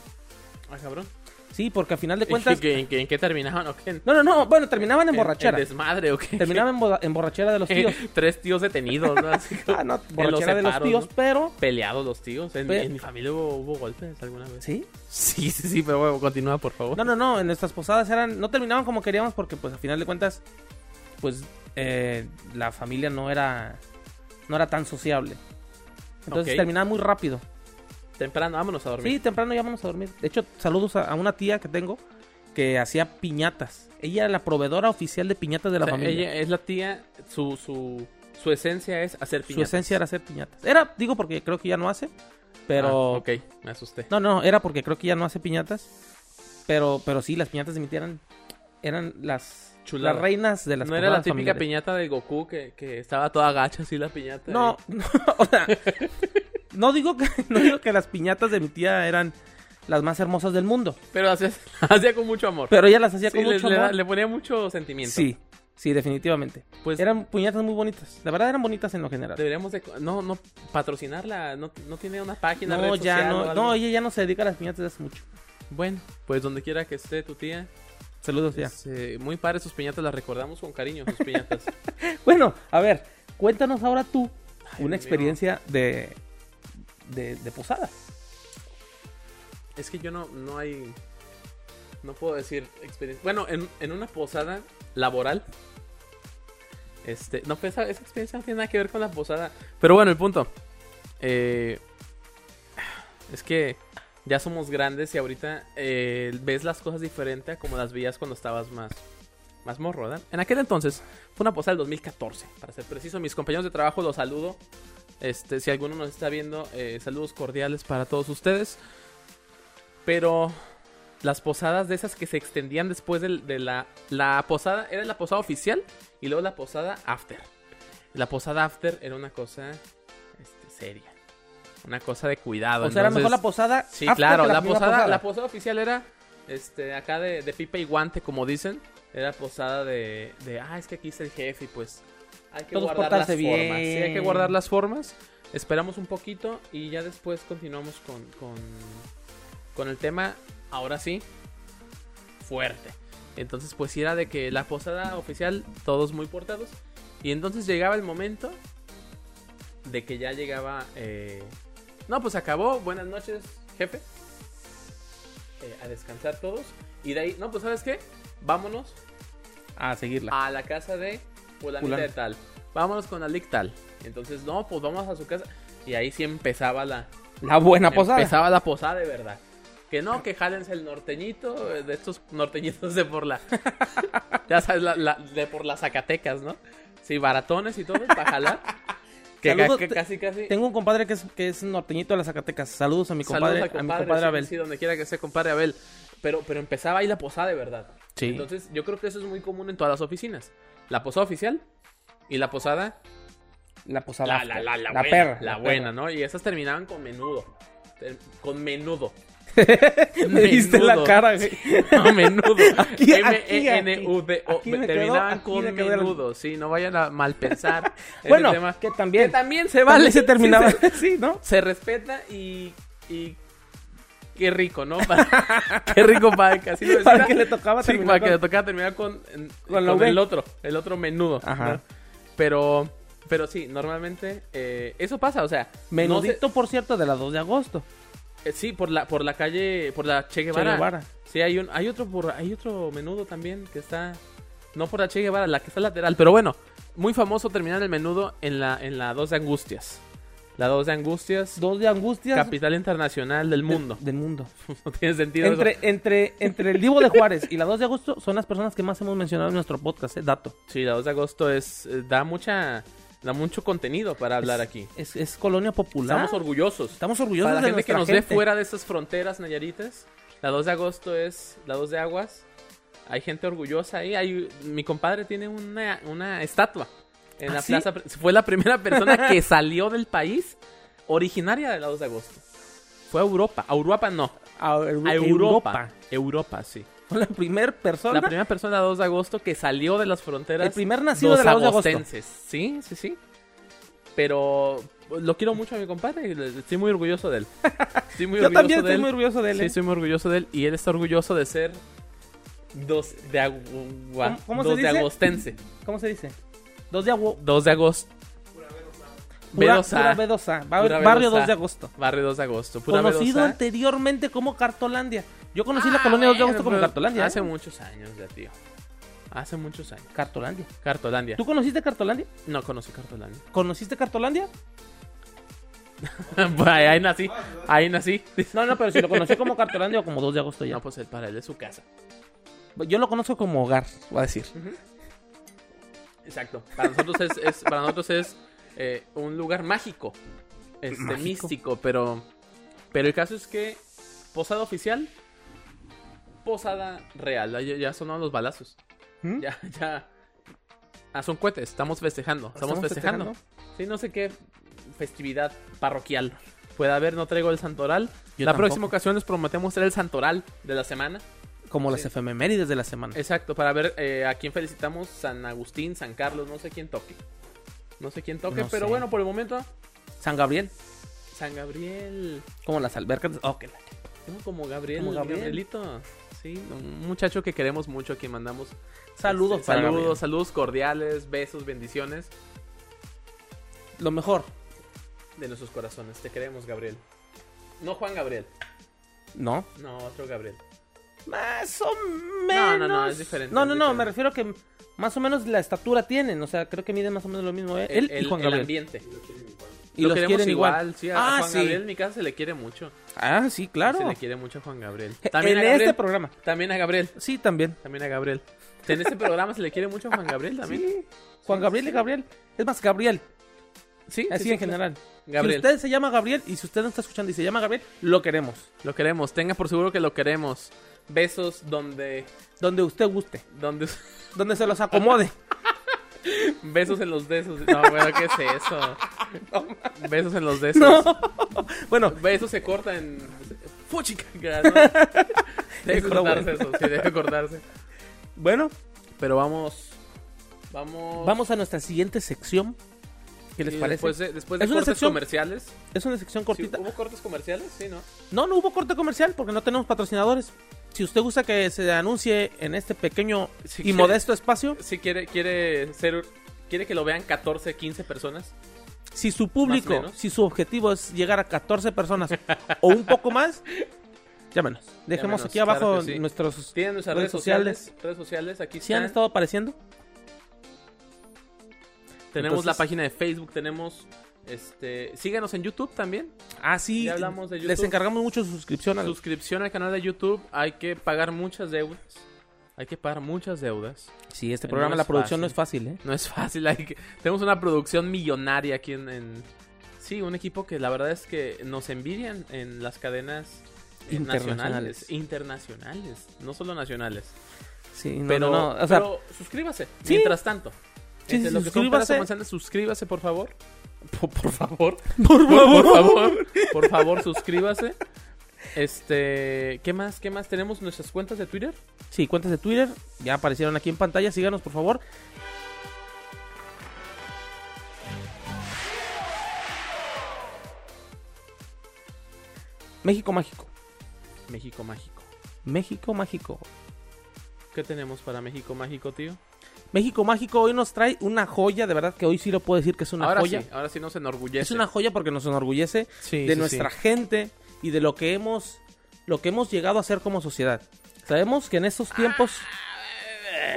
[SPEAKER 2] Ah, cabrón.
[SPEAKER 1] Sí, porque al final de
[SPEAKER 2] ¿En
[SPEAKER 1] cuentas
[SPEAKER 2] qué, en qué- en qué terminaban o qué?
[SPEAKER 1] no, no, no, bueno, terminaban en borrachera.
[SPEAKER 2] ¿En desmadre o qué? Eh,
[SPEAKER 1] Terminaban en, boda- en borrachera de los tíos.
[SPEAKER 2] Tres tíos detenidos, ¿no? Así como
[SPEAKER 1] Ah, no, borrachera de los
[SPEAKER 2] separos,
[SPEAKER 1] tíos,
[SPEAKER 2] ¿no?
[SPEAKER 1] pero
[SPEAKER 2] peleados los tíos. En,
[SPEAKER 1] Pe-
[SPEAKER 2] en mi familia hubo, hubo golpes alguna vez.
[SPEAKER 1] Pues, sí,
[SPEAKER 2] Sí, sí, sí, pero bueno, continúa, por favor.
[SPEAKER 1] No, no, no, en nuestras posadas eran, no terminaban como queríamos porque pues a final de cuentas, pues eh, la familia no era, no era tan sociable. Entonces
[SPEAKER 2] Ok.
[SPEAKER 1] terminaba muy rápido.
[SPEAKER 2] Temprano, vámonos a dormir.
[SPEAKER 1] Sí, temprano ya vamos a dormir. De hecho, saludos a, a una tía que tengo que hacía piñatas. Ella era la proveedora oficial de piñatas de la
[SPEAKER 2] O sea,
[SPEAKER 1] familia.
[SPEAKER 2] Ella es la tía, su, su, su esencia es hacer
[SPEAKER 1] Su
[SPEAKER 2] piñatas.
[SPEAKER 1] esencia era hacer piñatas. Era, digo porque creo que ya no hace, pero...
[SPEAKER 2] Ah, ok, me asusté.
[SPEAKER 1] No, no, era porque creo que ya no hace piñatas. Pero, pero sí, las piñatas de mi tía eran, eran las,
[SPEAKER 2] Chulada.
[SPEAKER 1] las reinas de las
[SPEAKER 2] no era la
[SPEAKER 1] posadas
[SPEAKER 2] típica
[SPEAKER 1] familiares.
[SPEAKER 2] piñata de Goku que, que estaba toda gacha así la piñata.
[SPEAKER 1] No, no, o sea, no digo que no digo que las piñatas de mi tía eran las más hermosas del mundo,
[SPEAKER 2] y- Pero hacía, hacía con mucho amor.
[SPEAKER 1] pero ella las hacía
[SPEAKER 2] Sí,
[SPEAKER 1] con
[SPEAKER 2] le,
[SPEAKER 1] mucho
[SPEAKER 2] le da-
[SPEAKER 1] amor.
[SPEAKER 2] le ponía mucho sentimiento.
[SPEAKER 1] Sí, sí, definitivamente.
[SPEAKER 2] Pues
[SPEAKER 1] Eran piñatas muy bonitas. La verdad eran bonitas en lo general.
[SPEAKER 2] deberíamos de... No, no, patrocinarla. No, no tiene una página,
[SPEAKER 1] No,
[SPEAKER 2] red
[SPEAKER 1] ya
[SPEAKER 2] social o
[SPEAKER 1] no,
[SPEAKER 2] algo.
[SPEAKER 1] no, ella ya no se dedica a las piñatas desde hace mucho.
[SPEAKER 2] Bueno, pues donde quiera que esté tu tía.
[SPEAKER 1] Saludos ya.
[SPEAKER 2] es, eh, muy padres sus piñatas, las recordamos con cariño, sus piñatas.
[SPEAKER 1] Bueno, a ver, cuéntanos ahora tú
[SPEAKER 2] Pues, Ay,
[SPEAKER 1] una
[SPEAKER 2] Dios
[SPEAKER 1] experiencia de, de de posada.
[SPEAKER 2] Es que yo no, no hay. No puedo decir experiencia. Bueno, en, en una posada laboral. Este. No, pues, esa, esa experiencia no tiene nada que ver con la posada. Pero bueno, el punto. eh, es que ya somos grandes y ahorita eh, ves las cosas diferente a como las veías cuando estabas más. Más morro, ¿verdad? En aquel entonces fue una posada del 2014, para ser preciso. Mis compañeros de trabajo los saludo. Este, si alguno nos está viendo, eh, saludos cordiales para todos ustedes. Pero las posadas de esas que se extendían después del- de, la, la posada, era la posada oficial y luego la posada after. La posada after era una cosa este, seria, una cosa de cuidado.
[SPEAKER 1] O sea, era
[SPEAKER 2] entonces-
[SPEAKER 1] mejor la posada.
[SPEAKER 2] Sí,
[SPEAKER 1] after
[SPEAKER 2] claro,
[SPEAKER 1] que
[SPEAKER 2] la,
[SPEAKER 1] primera
[SPEAKER 2] posada, la posada oficial era este, acá de, de pipa y guante, como dicen. Era posada de, de, ah, es que aquí está el jefe y pues hay que
[SPEAKER 1] Todos
[SPEAKER 2] guardar las
[SPEAKER 1] portarse
[SPEAKER 2] formas. Sí, hay que
[SPEAKER 1] bien.
[SPEAKER 2] guardar las formas. Esperamos un poquito y ya después continuamos con, con, con el tema, ahora sí, fuerte. Entonces, pues sí era de que la posada oficial, todos muy portados. Y entonces llegaba el momento de que ya llegaba. eh, No, pues acabó. Buenas noches, jefe. Eh, a descansar todos. Y de ahí, no, pues sabes qué? Vámonos
[SPEAKER 1] a Ah, seguirla.
[SPEAKER 2] a la casa de fulanita
[SPEAKER 1] Fulano.
[SPEAKER 2] de tal. Vámonos con Alic tal. Entonces, no, pues vamos a su casa. Y ahí sí empezaba la,
[SPEAKER 1] La buena posada.
[SPEAKER 2] Empezaba la posada de verdad. Que no, que jálense el norteñito, eh, de estos norteñitos de por la. ya sabes, la- la- de por las Zacatecas, ¿no? Sí, baratones y todo, para jalar. que, ca-
[SPEAKER 1] Saludos,
[SPEAKER 2] que
[SPEAKER 1] te-
[SPEAKER 2] casi, casi.
[SPEAKER 1] Tengo un compadre que es, que es norteñito de las Zacatecas. Saludos a mi compadre,
[SPEAKER 2] Saludos al
[SPEAKER 1] a mi compadre
[SPEAKER 2] sí,
[SPEAKER 1] Abel.
[SPEAKER 2] Sí, donde quiera que sea, compadre Abel. Pero, pero empezaba ahí la posada de verdad.
[SPEAKER 1] Sí.
[SPEAKER 2] Entonces, yo creo que eso es muy común en todas las oficinas. La posada oficial y la posada
[SPEAKER 3] la posada.
[SPEAKER 2] La,
[SPEAKER 3] after,
[SPEAKER 2] la, la, la,
[SPEAKER 3] la
[SPEAKER 2] buena,
[SPEAKER 3] perra.
[SPEAKER 2] La
[SPEAKER 3] perra.
[SPEAKER 2] buena, ¿no? Y esas terminaban con menudo. Ter- Con menudo.
[SPEAKER 1] Me diste la
[SPEAKER 2] Menudo.
[SPEAKER 1] cara, güey.
[SPEAKER 2] A menudo. E
[SPEAKER 1] Aquí, aquí,
[SPEAKER 2] M-E-N-U-D-O.
[SPEAKER 1] aquí me quedó,
[SPEAKER 2] Terminaban
[SPEAKER 1] aquí
[SPEAKER 2] con
[SPEAKER 1] me quedó el-
[SPEAKER 2] menudo. Sí, no vayan a mal pensar. en
[SPEAKER 1] Bueno,
[SPEAKER 2] el tema.
[SPEAKER 1] que
[SPEAKER 2] que
[SPEAKER 1] también.
[SPEAKER 2] también se
[SPEAKER 1] también
[SPEAKER 2] vale.
[SPEAKER 1] se terminaba.
[SPEAKER 2] Sí, se-
[SPEAKER 1] sí, ¿no?
[SPEAKER 2] se respeta y, y qué rico, ¿no? Para- qué rico para el casino. de
[SPEAKER 1] Para
[SPEAKER 2] cita.
[SPEAKER 1] que le tocaba
[SPEAKER 2] Sí,
[SPEAKER 1] terminar
[SPEAKER 2] para
[SPEAKER 1] con-
[SPEAKER 2] que le tocaba terminar con, en-
[SPEAKER 1] con
[SPEAKER 2] con,
[SPEAKER 1] la V.
[SPEAKER 2] el otro, el otro menudo.
[SPEAKER 1] Ajá.
[SPEAKER 2] ¿no? Pero, pero sí, normalmente eh, eso pasa, o sea, no
[SPEAKER 1] Menudito, por cierto, de la 2 de agosto.
[SPEAKER 2] sé- eh, sí, por la, por la calle, por la Che
[SPEAKER 1] Che
[SPEAKER 2] Guevara.
[SPEAKER 1] Guevara.
[SPEAKER 2] Sí, hay un, hay otro por, hay otro menudo también que está, no por la Che Guevara, la que está lateral, pero bueno, muy famoso terminar el menudo en la, en la dos de angustias. La dos de angustias.
[SPEAKER 1] Dos de angustias.
[SPEAKER 2] Capital internacional del
[SPEAKER 1] del-
[SPEAKER 2] mundo.
[SPEAKER 1] Del mundo.
[SPEAKER 2] No tiene sentido. eso.
[SPEAKER 1] Entre, entre, entre el Divo de Juárez y la 2 de agosto son las personas que más hemos mencionado en nuestro podcast, eh, dato.
[SPEAKER 2] Sí, la 2 de agosto es eh, da mucha da mucho contenido para hablar aquí.
[SPEAKER 1] Es, es colonia popular.
[SPEAKER 2] Estamos orgullosos.
[SPEAKER 1] Estamos orgullosos
[SPEAKER 2] Para la
[SPEAKER 1] de
[SPEAKER 2] gente que
[SPEAKER 1] nuestra
[SPEAKER 2] nos ve
[SPEAKER 1] gente.
[SPEAKER 2] fuera de esas fronteras nayaritas, la 2 de agosto es la 2 de aguas. Hay gente orgullosa ahí. Hay, mi compadre tiene una, una estatua en
[SPEAKER 1] ¿Ah,
[SPEAKER 2] la
[SPEAKER 1] sí?
[SPEAKER 2] plaza. Pri- Fue la primera persona que salió del país originaria de la 2 de agosto. Fue a Europa. A Europa no.
[SPEAKER 1] A, Euro-
[SPEAKER 2] A Europa.
[SPEAKER 1] Europa.
[SPEAKER 2] Europa, sí.
[SPEAKER 1] Fue la primera persona.
[SPEAKER 2] La primera persona de 2 de agosto que salió de las fronteras.
[SPEAKER 1] El primer nacido de la 2 de agosto.
[SPEAKER 2] dosagostenses. Sí, sí, sí. Pero lo quiero mucho a mi compadre. y le- Estoy muy orgulloso de él. Estoy muy
[SPEAKER 1] Yo
[SPEAKER 2] orgulloso
[SPEAKER 1] también
[SPEAKER 2] de
[SPEAKER 1] estoy
[SPEAKER 2] él.
[SPEAKER 1] muy orgulloso de él.
[SPEAKER 2] Sí,
[SPEAKER 1] eh.
[SPEAKER 2] estoy muy orgulloso de él. Y él está orgulloso de ser dos de, agu-
[SPEAKER 1] ¿Cómo- cómo se
[SPEAKER 2] dos de
[SPEAKER 1] dice?
[SPEAKER 2] agostense.
[SPEAKER 1] ¿Cómo se dice? 2 de agosto.
[SPEAKER 2] 2 de agosto.
[SPEAKER 1] Pura,
[SPEAKER 2] Vedosa.
[SPEAKER 1] pura Vedosa, bar-
[SPEAKER 2] Pura
[SPEAKER 1] barrio
[SPEAKER 2] Vedosa.
[SPEAKER 1] 2 de agosto.
[SPEAKER 2] Barrio 2 de agosto. Pura
[SPEAKER 1] Conocido
[SPEAKER 2] Vedosa.
[SPEAKER 1] anteriormente como Cartolandia. Yo conocí
[SPEAKER 2] Ah,
[SPEAKER 1] la colonia 2 de
[SPEAKER 2] bueno,
[SPEAKER 1] agosto como
[SPEAKER 2] pero
[SPEAKER 1] Cartolandia.
[SPEAKER 2] Hace
[SPEAKER 1] ¿eh?
[SPEAKER 2] muchos años ya, tío. Hace muchos años.
[SPEAKER 1] Cartolandia.
[SPEAKER 2] Cartolandia.
[SPEAKER 1] ¿Tú conociste Cartolandia?
[SPEAKER 2] No conocí Cartolandia.
[SPEAKER 1] ¿Conociste Cartolandia?
[SPEAKER 2] ahí ahí nací. Ahí nací.
[SPEAKER 1] No, no, pero si lo conocí como Cartolandia o como 2 de agosto ya.
[SPEAKER 2] No, pues él para él es su casa.
[SPEAKER 1] Yo lo conozco como hogar, voy a decir.
[SPEAKER 2] Exacto. Para nosotros es, es- para nosotros es eh, un lugar mágico, este
[SPEAKER 1] Mágico.
[SPEAKER 2] místico, pero pero el caso es que posada oficial, posada real. Ya, ya sonaron los balazos.
[SPEAKER 1] ¿Mm?
[SPEAKER 2] Ya ya. Ah, son cohetes. Estamos festejando. Estamos,
[SPEAKER 1] ¿Estamos
[SPEAKER 2] festejando. Sí, no sé qué festividad parroquial puede haber. No traigo el santoral.
[SPEAKER 1] Yo
[SPEAKER 2] la
[SPEAKER 1] tampoco.
[SPEAKER 2] próxima ocasión les prometemos traer el santoral de la semana.
[SPEAKER 1] Como
[SPEAKER 2] Sí.
[SPEAKER 1] las efemérides de la semana.
[SPEAKER 2] Exacto, para ver eh, a quién felicitamos, San Agustín, San Carlos, no sé quién toque. No sé quién toque,
[SPEAKER 1] No
[SPEAKER 2] pero
[SPEAKER 1] sé.
[SPEAKER 2] bueno, por el momento,
[SPEAKER 1] San Gabriel,
[SPEAKER 2] San Gabriel.
[SPEAKER 1] como las albercas. de- Oh, que la-
[SPEAKER 2] No, como Gabriel,
[SPEAKER 1] Como Gabriel.
[SPEAKER 2] Gabrielito. Sí, un muchacho que queremos mucho, a quien mandamos
[SPEAKER 1] Saludos,
[SPEAKER 2] este,
[SPEAKER 1] para
[SPEAKER 2] saludos,
[SPEAKER 1] Gabriel.
[SPEAKER 2] saludos cordiales, besos, bendiciones
[SPEAKER 1] Lo mejor.
[SPEAKER 2] de nuestros corazones. Te queremos, Gabriel. No Juan Gabriel,
[SPEAKER 1] No.
[SPEAKER 2] no, otro Gabriel.
[SPEAKER 1] Más o
[SPEAKER 2] no,
[SPEAKER 1] menos.
[SPEAKER 2] no, es diferente,
[SPEAKER 1] No,
[SPEAKER 2] es
[SPEAKER 1] no, no, me
[SPEAKER 2] diferente.
[SPEAKER 1] refiero a que más o menos la estatura tienen. O sea, creo que miden más o menos lo mismo. ¿eh? Él
[SPEAKER 2] El-
[SPEAKER 1] y Juan
[SPEAKER 2] el
[SPEAKER 1] Gabriel.
[SPEAKER 2] ambiente.
[SPEAKER 1] Y
[SPEAKER 2] Lo
[SPEAKER 1] los
[SPEAKER 2] queremos
[SPEAKER 1] quieren igual.
[SPEAKER 2] igual. sí, a
[SPEAKER 1] Ah,
[SPEAKER 2] Juan
[SPEAKER 1] sí.
[SPEAKER 2] Gabriel en mi casa se le quiere mucho.
[SPEAKER 1] Ah, sí, claro.
[SPEAKER 2] Se le quiere mucho a Juan Gabriel.
[SPEAKER 1] También
[SPEAKER 2] También a
[SPEAKER 1] en
[SPEAKER 2] Gabriel.
[SPEAKER 1] este programa.
[SPEAKER 2] También a Gabriel.
[SPEAKER 1] Sí, también.
[SPEAKER 2] También a Gabriel. En este programa se le quiere mucho a Juan Gabriel también.
[SPEAKER 1] Sí. Juan Gabriel y Gabriel. Es más, Gabriel.
[SPEAKER 2] Sí,
[SPEAKER 1] Así
[SPEAKER 2] sí,
[SPEAKER 1] en
[SPEAKER 2] sí.
[SPEAKER 1] general.
[SPEAKER 2] Gabriel.
[SPEAKER 1] Si usted se llama Gabriel y si usted no está escuchando y se llama Gabriel, lo queremos.
[SPEAKER 2] Lo queremos, tenga por seguro que lo queremos. Besos donde.
[SPEAKER 1] Donde usted guste.
[SPEAKER 2] donde
[SPEAKER 1] Donde se los acomode.
[SPEAKER 2] Besos en los besos. No, bueno, ¿qué es eso? Besos en los besos.
[SPEAKER 1] no. bueno,
[SPEAKER 2] Besos se cortan en. ¡Fuchica! Debe
[SPEAKER 1] Está bueno.
[SPEAKER 2] cortarse eso, sí, debe cortarse.
[SPEAKER 1] bueno.
[SPEAKER 2] Pero vamos. Vamos.
[SPEAKER 1] Vamos a nuestra siguiente sección. ¿Qué les
[SPEAKER 2] Sí,
[SPEAKER 1] parece?
[SPEAKER 2] Después de, después de
[SPEAKER 1] Es una
[SPEAKER 2] cortes
[SPEAKER 1] sección
[SPEAKER 2] comerciales. Sí,
[SPEAKER 1] Es una sección cortita.
[SPEAKER 2] ¿Hubo cortes comerciales? Sí, ¿no?
[SPEAKER 1] No, no hubo corte comercial porque no tenemos patrocinadores. Si usted gusta que se anuncie en este pequeño
[SPEAKER 2] Si
[SPEAKER 1] y
[SPEAKER 2] quiere-
[SPEAKER 1] modesto espacio,
[SPEAKER 2] Si quiere, quiere ser. Quiere que lo vean 14, 15 personas.
[SPEAKER 1] si su público,
[SPEAKER 2] menos.
[SPEAKER 1] si su objetivo es llegar a 14 personas o un poco más, llámenos. Dejemos
[SPEAKER 2] Llámenos,
[SPEAKER 1] aquí abajo
[SPEAKER 2] claro que sí.
[SPEAKER 1] nuestros...
[SPEAKER 2] Tienen nuestras
[SPEAKER 1] Redes
[SPEAKER 2] redes sociales. Redes sociales, aquí
[SPEAKER 1] Si han
[SPEAKER 2] están.
[SPEAKER 1] estado apareciendo,
[SPEAKER 2] Tenemos
[SPEAKER 1] Entonces-
[SPEAKER 2] la página de Facebook, tenemos este, síganos en YouTube también.
[SPEAKER 1] Ah, sí.
[SPEAKER 2] Ya hablamos de
[SPEAKER 1] Les
[SPEAKER 2] YouTube.
[SPEAKER 1] encargamos mucho su suscripción al-
[SPEAKER 2] Suscripción al canal de YouTube, hay que pagar muchas deudas. Hay que pagar muchas deudas.
[SPEAKER 1] Sí, este
[SPEAKER 2] No
[SPEAKER 1] programa,
[SPEAKER 2] es
[SPEAKER 1] la producción
[SPEAKER 2] fácil.
[SPEAKER 1] no es fácil, ¿eh?
[SPEAKER 2] No es fácil, hay que- tenemos una producción millonaria aquí en, en- Sí, un equipo que la verdad es que nos envidian en las cadenas eh,
[SPEAKER 1] Internacionales.
[SPEAKER 2] nacionales, internacionales, no solo nacionales.
[SPEAKER 1] Sí, no,
[SPEAKER 2] pero
[SPEAKER 1] no, no, O sea,
[SPEAKER 2] pero suscríbase,
[SPEAKER 1] Sí.
[SPEAKER 2] mientras tanto.
[SPEAKER 1] Sí,
[SPEAKER 2] Este,
[SPEAKER 1] sí,
[SPEAKER 2] los que son
[SPEAKER 1] suscríbase.
[SPEAKER 2] peras o manzanas, suscríbase, por favor.
[SPEAKER 1] Por, por favor.
[SPEAKER 2] Por favor. Por favor, por favor, suscríbase. Este, ¿qué más? ¿Qué más? Tenemos nuestras cuentas de Twitter.
[SPEAKER 1] Sí, cuentas de Twitter. Ya aparecieron aquí en pantalla. Síganos, por favor. México Mágico.
[SPEAKER 2] México Mágico.
[SPEAKER 1] México Mágico.
[SPEAKER 2] ¿Qué tenemos para México Mágico, tío?
[SPEAKER 1] México Mágico hoy nos trae una joya. De verdad que hoy sí lo puedo decir que es una
[SPEAKER 2] ahora
[SPEAKER 1] joya.
[SPEAKER 2] sí, ahora sí nos enorgullece.
[SPEAKER 1] Es una joya porque nos enorgullece
[SPEAKER 2] Sí, sí,
[SPEAKER 1] de
[SPEAKER 2] sí.
[SPEAKER 1] nuestra gente y de lo que hemos lo que hemos llegado a hacer como sociedad. Sabemos que en estos tiempos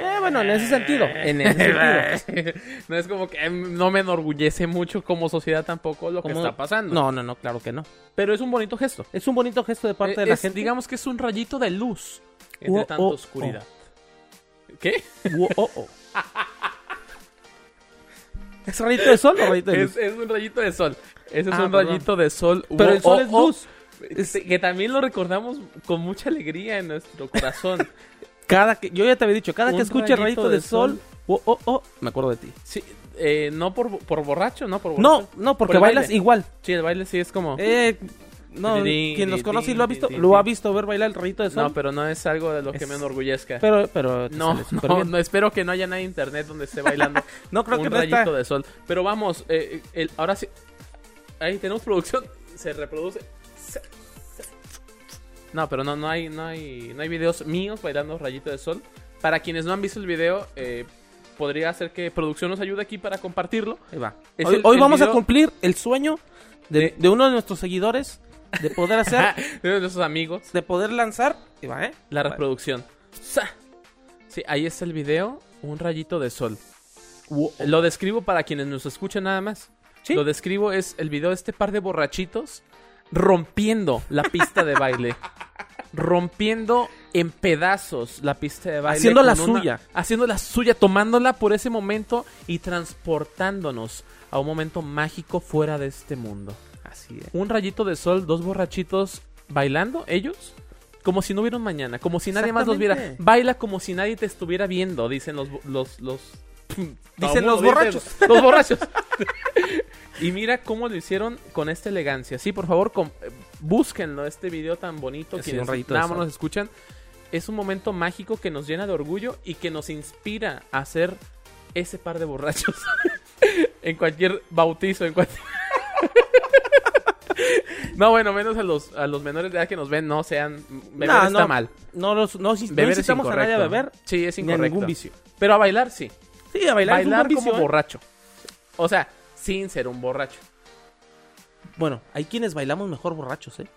[SPEAKER 2] Ah,
[SPEAKER 1] Eh, bueno, en ese sentido,
[SPEAKER 2] eh,
[SPEAKER 1] en ese sentido.
[SPEAKER 2] no es como que eh, no me enorgullece mucho como sociedad tampoco lo que
[SPEAKER 1] Como-
[SPEAKER 2] está pasando.
[SPEAKER 1] No, no, no, claro que no.
[SPEAKER 2] Pero es un bonito gesto. Eh,
[SPEAKER 1] Es un bonito gesto de parte de la
[SPEAKER 2] Es-
[SPEAKER 1] gente.
[SPEAKER 2] Digamos que es un rayito de luz
[SPEAKER 1] Uo,
[SPEAKER 2] entre tanta
[SPEAKER 1] oh,
[SPEAKER 2] oscuridad. ¿Qué?
[SPEAKER 1] Wo- oh, oh. ¿Es rayito de sol o rayito de
[SPEAKER 2] Es,
[SPEAKER 1] luz?
[SPEAKER 2] es un rayito de sol. Ese es
[SPEAKER 1] Ah,
[SPEAKER 2] un
[SPEAKER 1] perdón.
[SPEAKER 2] rayito de sol.
[SPEAKER 1] Pero
[SPEAKER 2] Uo,
[SPEAKER 1] el sol
[SPEAKER 2] oh,
[SPEAKER 1] es
[SPEAKER 2] oh.
[SPEAKER 1] luz.
[SPEAKER 2] Este, que también lo recordamos con mucha alegría en nuestro corazón.
[SPEAKER 1] Cada que, yo ya te había dicho, cada
[SPEAKER 2] Un
[SPEAKER 1] que escuche rayito, de, sol, wo- oh, oh, me acuerdo de ti.
[SPEAKER 2] Sí, eh, no por, por borracho, no por
[SPEAKER 1] No,
[SPEAKER 2] borracho.
[SPEAKER 1] no, porque
[SPEAKER 2] Por el
[SPEAKER 1] bailas
[SPEAKER 2] baile.
[SPEAKER 1] igual.
[SPEAKER 2] Sí, el baile sí es como...
[SPEAKER 1] Eh, no,
[SPEAKER 2] Tirín,
[SPEAKER 1] quien nos conoce y lo ha visto,
[SPEAKER 2] tirín,
[SPEAKER 1] lo ha
[SPEAKER 2] tirín.
[SPEAKER 1] visto ver bailar el rayito de sol.
[SPEAKER 2] No, pero no es algo de lo que
[SPEAKER 1] Es-
[SPEAKER 2] me enorgullezca.
[SPEAKER 1] Pero, pero te
[SPEAKER 2] No,
[SPEAKER 1] sale súper
[SPEAKER 2] no,
[SPEAKER 1] bien.
[SPEAKER 2] no, espero que no haya nadie en internet donde esté bailando
[SPEAKER 1] No, creo que
[SPEAKER 2] un
[SPEAKER 1] no
[SPEAKER 2] rayito
[SPEAKER 1] está.
[SPEAKER 2] de sol. Pero vamos, eh, el- ahora sí. Ahí tenemos producción. Se reproduce. Se- se- No, pero no, no hay, no hay, no hay videos míos bailando rayito de sol. Para quienes no han visto el video, eh, podría hacer que producción nos ayude aquí para compartirlo.
[SPEAKER 1] Ahí va.
[SPEAKER 2] Es
[SPEAKER 1] hoy
[SPEAKER 2] el-
[SPEAKER 1] hoy
[SPEAKER 2] el
[SPEAKER 1] vamos a
[SPEAKER 2] video-
[SPEAKER 1] cumplir el sueño de, de uno de nuestros seguidores de poder hacer,
[SPEAKER 2] De nuestros amigos.
[SPEAKER 1] de poder lanzar. Ahí va, ¿eh?
[SPEAKER 2] La reproducción. Sa. Sí, ahí está el video. Un rayito de sol. Lo describo para quienes nos escuchan nada más.
[SPEAKER 1] Sí.
[SPEAKER 2] Lo describo es el video de este par de borrachitos rompiendo la pista de baile. rompiendo en pedazos la pista de baile.
[SPEAKER 1] Haciendo la
[SPEAKER 2] con una-
[SPEAKER 1] suya.
[SPEAKER 2] Haciendo la suya, tomándola por ese momento y transportándonos a un momento mágico fuera de este mundo.
[SPEAKER 1] Así es.
[SPEAKER 2] Un rayito de sol, dos borrachitos bailando, ellos. Como si no hubiera un mañana, como si nadie más los viera.
[SPEAKER 1] Exactamente.
[SPEAKER 2] Baila como si nadie te estuviera viendo, dicen los, bo- los, los
[SPEAKER 1] Dicen los
[SPEAKER 2] Vamos,
[SPEAKER 1] borrachos.
[SPEAKER 2] Los borrachos. y mira cómo lo hicieron con esta elegancia. Sí, por favor, com- eh, búsquenlo, este video tan bonito.
[SPEAKER 1] Sí,
[SPEAKER 2] quienes
[SPEAKER 1] un rayito de
[SPEAKER 2] nada más
[SPEAKER 1] sol.
[SPEAKER 2] nos escuchan. Es un momento mágico que nos llena de orgullo y que nos inspira a ser ese par de borrachos. en cualquier bautizo, en cualquier... no, bueno, menos a los, a los menores de edad que nos ven, no sean... Beber
[SPEAKER 1] No,
[SPEAKER 2] está
[SPEAKER 1] no.
[SPEAKER 2] mal.
[SPEAKER 1] No, los, no, si- no
[SPEAKER 2] Beber es
[SPEAKER 1] incitamos a nadie a
[SPEAKER 2] incorrecto.
[SPEAKER 1] beber
[SPEAKER 2] Sí, es
[SPEAKER 1] ni a
[SPEAKER 2] incorrecto.
[SPEAKER 1] ningún vicio.
[SPEAKER 2] Pero a bailar, sí
[SPEAKER 1] Sí, a bailar, es un
[SPEAKER 2] bailar
[SPEAKER 1] buen vicio,
[SPEAKER 2] como
[SPEAKER 1] ¿eh?
[SPEAKER 2] borracho. O sea, sin ser un borracho.
[SPEAKER 1] Bueno, hay quienes bailamos mejor borrachos, ¿eh?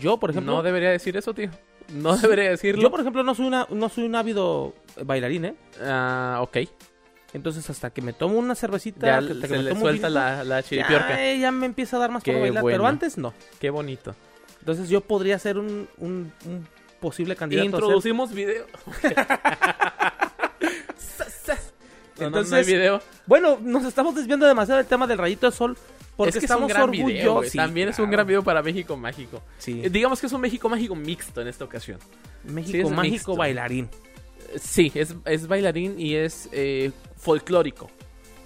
[SPEAKER 1] Yo, por ejemplo,
[SPEAKER 2] no debería decir eso, tío. No debería decirlo.
[SPEAKER 1] yo, por ejemplo no soy, una, no soy un ávido bailarín, ¿eh?
[SPEAKER 2] Ah, ok.
[SPEAKER 1] Entonces hasta que me tomo una cervecita,
[SPEAKER 2] Ya
[SPEAKER 1] hasta que
[SPEAKER 2] se
[SPEAKER 1] me
[SPEAKER 2] le
[SPEAKER 1] tomo un
[SPEAKER 2] suelta
[SPEAKER 1] vinito,
[SPEAKER 2] la, la chiripiorca.
[SPEAKER 1] Ya, eh, ya me empieza a dar más por
[SPEAKER 2] Qué
[SPEAKER 1] bailar, pero
[SPEAKER 2] bueno.
[SPEAKER 1] antes no.
[SPEAKER 2] Qué bonito.
[SPEAKER 1] Entonces yo podría ser un, un- un posible candidato. a ser-
[SPEAKER 2] Introducimos video. Sa, sa. No, no, no hay
[SPEAKER 1] Entonces,
[SPEAKER 2] video.
[SPEAKER 1] Bueno, nos estamos desviando demasiado del tema del rayito de sol porque
[SPEAKER 2] es que es
[SPEAKER 1] estamos
[SPEAKER 2] un gran
[SPEAKER 1] orgullosos.
[SPEAKER 2] video. güey.
[SPEAKER 1] Sí,
[SPEAKER 2] También es un
[SPEAKER 1] claro.
[SPEAKER 2] gran video para México Mágico.
[SPEAKER 1] Sí.
[SPEAKER 2] Eh, Digamos que es un México Mágico mixto en esta ocasión. sí,
[SPEAKER 1] México
[SPEAKER 2] es
[SPEAKER 1] mágico
[SPEAKER 2] mixto.
[SPEAKER 1] bailarín.
[SPEAKER 2] Eh, Sí, es, es bailarín y es eh, folclórico.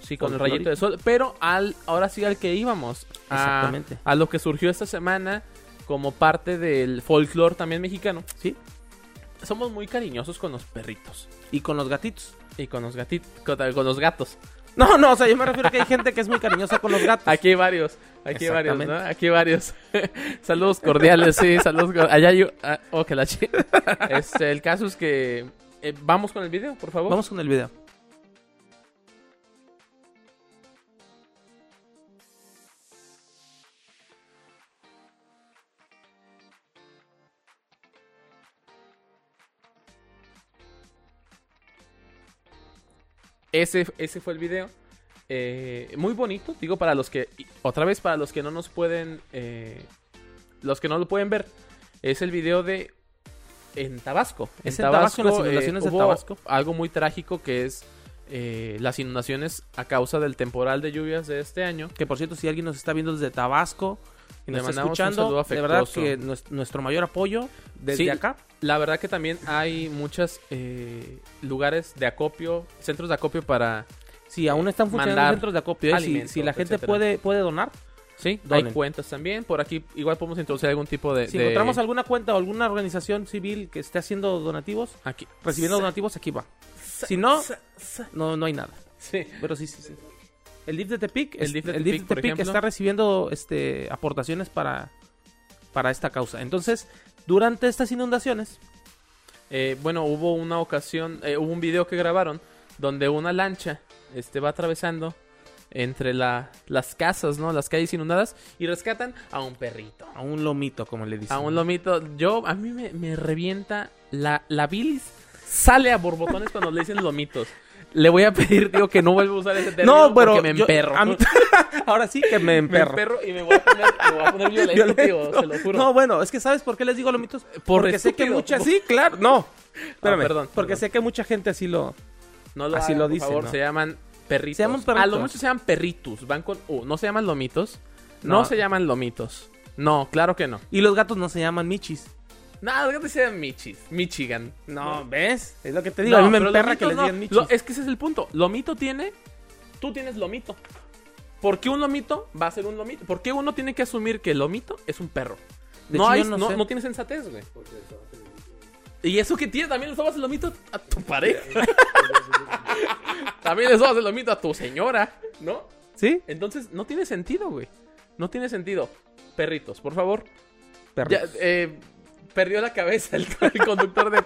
[SPEAKER 1] Sí,
[SPEAKER 2] con el rayito de sol. Pero al, ahora sí al que íbamos. a-
[SPEAKER 1] Exactamente.
[SPEAKER 2] A, lo que surgió esta semana como parte del folclore también mexicano.
[SPEAKER 1] Sí.
[SPEAKER 2] Somos muy cariñosos con los perritos.
[SPEAKER 1] Y con los gatitos.
[SPEAKER 2] Y con los gatitos. Con, con los gatos.
[SPEAKER 1] No, no, o sea, yo me refiero a que hay gente que es muy cariñosa con los gatos.
[SPEAKER 2] Aquí hay varios. Aquí hay varios, ¿no?
[SPEAKER 1] Exactamente.
[SPEAKER 2] Aquí hay varios. saludos cordiales, sí. Saludos cor- Allá yo. ah, oh, que la chi- Este, el caso es que. eh, vamos con el video, por favor.
[SPEAKER 1] Vamos con el video.
[SPEAKER 2] Ese, ese fue el video. Eh, muy bonito, digo, para los que. y Otra vez, para los que no nos pueden. eh, los que no lo pueden ver. Es el video de. En Tabasco. eh,
[SPEAKER 1] Es en Tabasco, en las inundaciones de
[SPEAKER 2] hubo
[SPEAKER 1] Tabasco.
[SPEAKER 2] Algo muy trágico que es. eh, las inundaciones a causa del temporal de lluvias de este año.
[SPEAKER 1] Que por cierto, si alguien nos está viendo desde Tabasco y
[SPEAKER 2] Le
[SPEAKER 1] nos está
[SPEAKER 2] mandamos un saludo
[SPEAKER 1] escuchando, de verdad
[SPEAKER 2] afectuoso.
[SPEAKER 1] que nues- nuestro mayor apoyo desde
[SPEAKER 2] Sí.
[SPEAKER 1] acá.
[SPEAKER 2] La verdad que eh, también hay muchos lugares de acopio, centros de acopio para
[SPEAKER 1] Si aún están funcionando
[SPEAKER 2] mandar
[SPEAKER 1] centros de acopio, eh, si,
[SPEAKER 2] alimentos,
[SPEAKER 1] si la gente
[SPEAKER 2] etcétera.
[SPEAKER 1] puede, puede donar,
[SPEAKER 2] Sí,
[SPEAKER 1] Donen.
[SPEAKER 2] hay cuentas también. Por aquí igual podemos introducir algún tipo de...
[SPEAKER 1] si
[SPEAKER 2] de-
[SPEAKER 1] encontramos alguna cuenta o alguna organización civil que esté haciendo donativos,
[SPEAKER 2] aquí.
[SPEAKER 1] recibiendo donativos, aquí va. Si no, no, no hay nada.
[SPEAKER 2] Sí.
[SPEAKER 1] Pero sí, sí, sí. El DIF de Tepic,
[SPEAKER 2] El
[SPEAKER 1] es- el DIF
[SPEAKER 2] DIF de
[SPEAKER 1] de
[SPEAKER 2] Tepic, por
[SPEAKER 1] Tepic
[SPEAKER 2] ejemplo.
[SPEAKER 1] está recibiendo este, aportaciones para, para esta causa. Entonces, durante estas inundaciones,
[SPEAKER 2] Eh, bueno, hubo una ocasión, eh, hubo un video que grabaron donde una lancha este, va atravesando entre la- las casas, ¿no? Las calles inundadas y rescatan a un perrito.
[SPEAKER 1] a un lomito, como le dicen.
[SPEAKER 2] A un lomito. Yo, a mí me, me revienta la, la bilis. Sale a borbotones cuando le dicen lomitos. Le voy a pedir, digo, que no vuelva a usar ese término
[SPEAKER 1] No, pero
[SPEAKER 2] porque me
[SPEAKER 1] yo-
[SPEAKER 2] emperro.
[SPEAKER 1] a mí- ahora sí que me
[SPEAKER 2] me
[SPEAKER 1] emperro.
[SPEAKER 2] emperro y me voy a poner, me voy a poner violento,
[SPEAKER 1] Violento.
[SPEAKER 2] tío, se lo juro.
[SPEAKER 1] No, bueno, es que ¿sabes por qué les digo lomitos? porque sé que
[SPEAKER 2] estúpido.
[SPEAKER 1] mucha...
[SPEAKER 2] Ah,
[SPEAKER 1] Sí, claro, no. Espérame,
[SPEAKER 2] perdón,
[SPEAKER 1] porque
[SPEAKER 2] perdón.
[SPEAKER 1] sé que mucha gente así lo...
[SPEAKER 2] No lo
[SPEAKER 1] Así
[SPEAKER 2] hagan,
[SPEAKER 1] lo
[SPEAKER 2] por
[SPEAKER 1] dicen,
[SPEAKER 2] favor,
[SPEAKER 1] ¿no?
[SPEAKER 2] se llaman perritos.
[SPEAKER 1] Se llaman perritos.
[SPEAKER 2] A lo mucho se llaman perritos, van con U. No se llaman lomitos. No,
[SPEAKER 1] No.
[SPEAKER 2] se llaman lomitos. No, claro que no.
[SPEAKER 1] Y los gatos no se llaman michis.
[SPEAKER 2] Nada, no, que se llaman michis. Michigan.
[SPEAKER 1] No, ¿ves? Es lo que te digo. a mí me
[SPEAKER 2] pero
[SPEAKER 1] emperra que
[SPEAKER 2] lomitos
[SPEAKER 1] les
[SPEAKER 2] no.
[SPEAKER 1] digan michis.
[SPEAKER 2] Lo- es que ese es el punto. Lomito tiene, tú tienes lomito. ¿Por qué un lomito va a ser un lomito? ¿Por qué uno tiene que asumir que el lomito es un perro?
[SPEAKER 1] De
[SPEAKER 2] no,
[SPEAKER 1] hecho,
[SPEAKER 2] hay-
[SPEAKER 1] yo no
[SPEAKER 2] no,
[SPEAKER 1] sé.
[SPEAKER 2] no tiene sensatez, güey. Y eso que tiene, también le sobas el lomito a tu pareja. también le sobas el lomito a tu señora, ¿no?
[SPEAKER 1] ¿Sí?
[SPEAKER 2] Entonces, no tiene sentido, güey. No tiene sentido. Perritos, por favor.
[SPEAKER 1] Perros.
[SPEAKER 2] Ya, eh, perdió la cabeza el, el conductor de...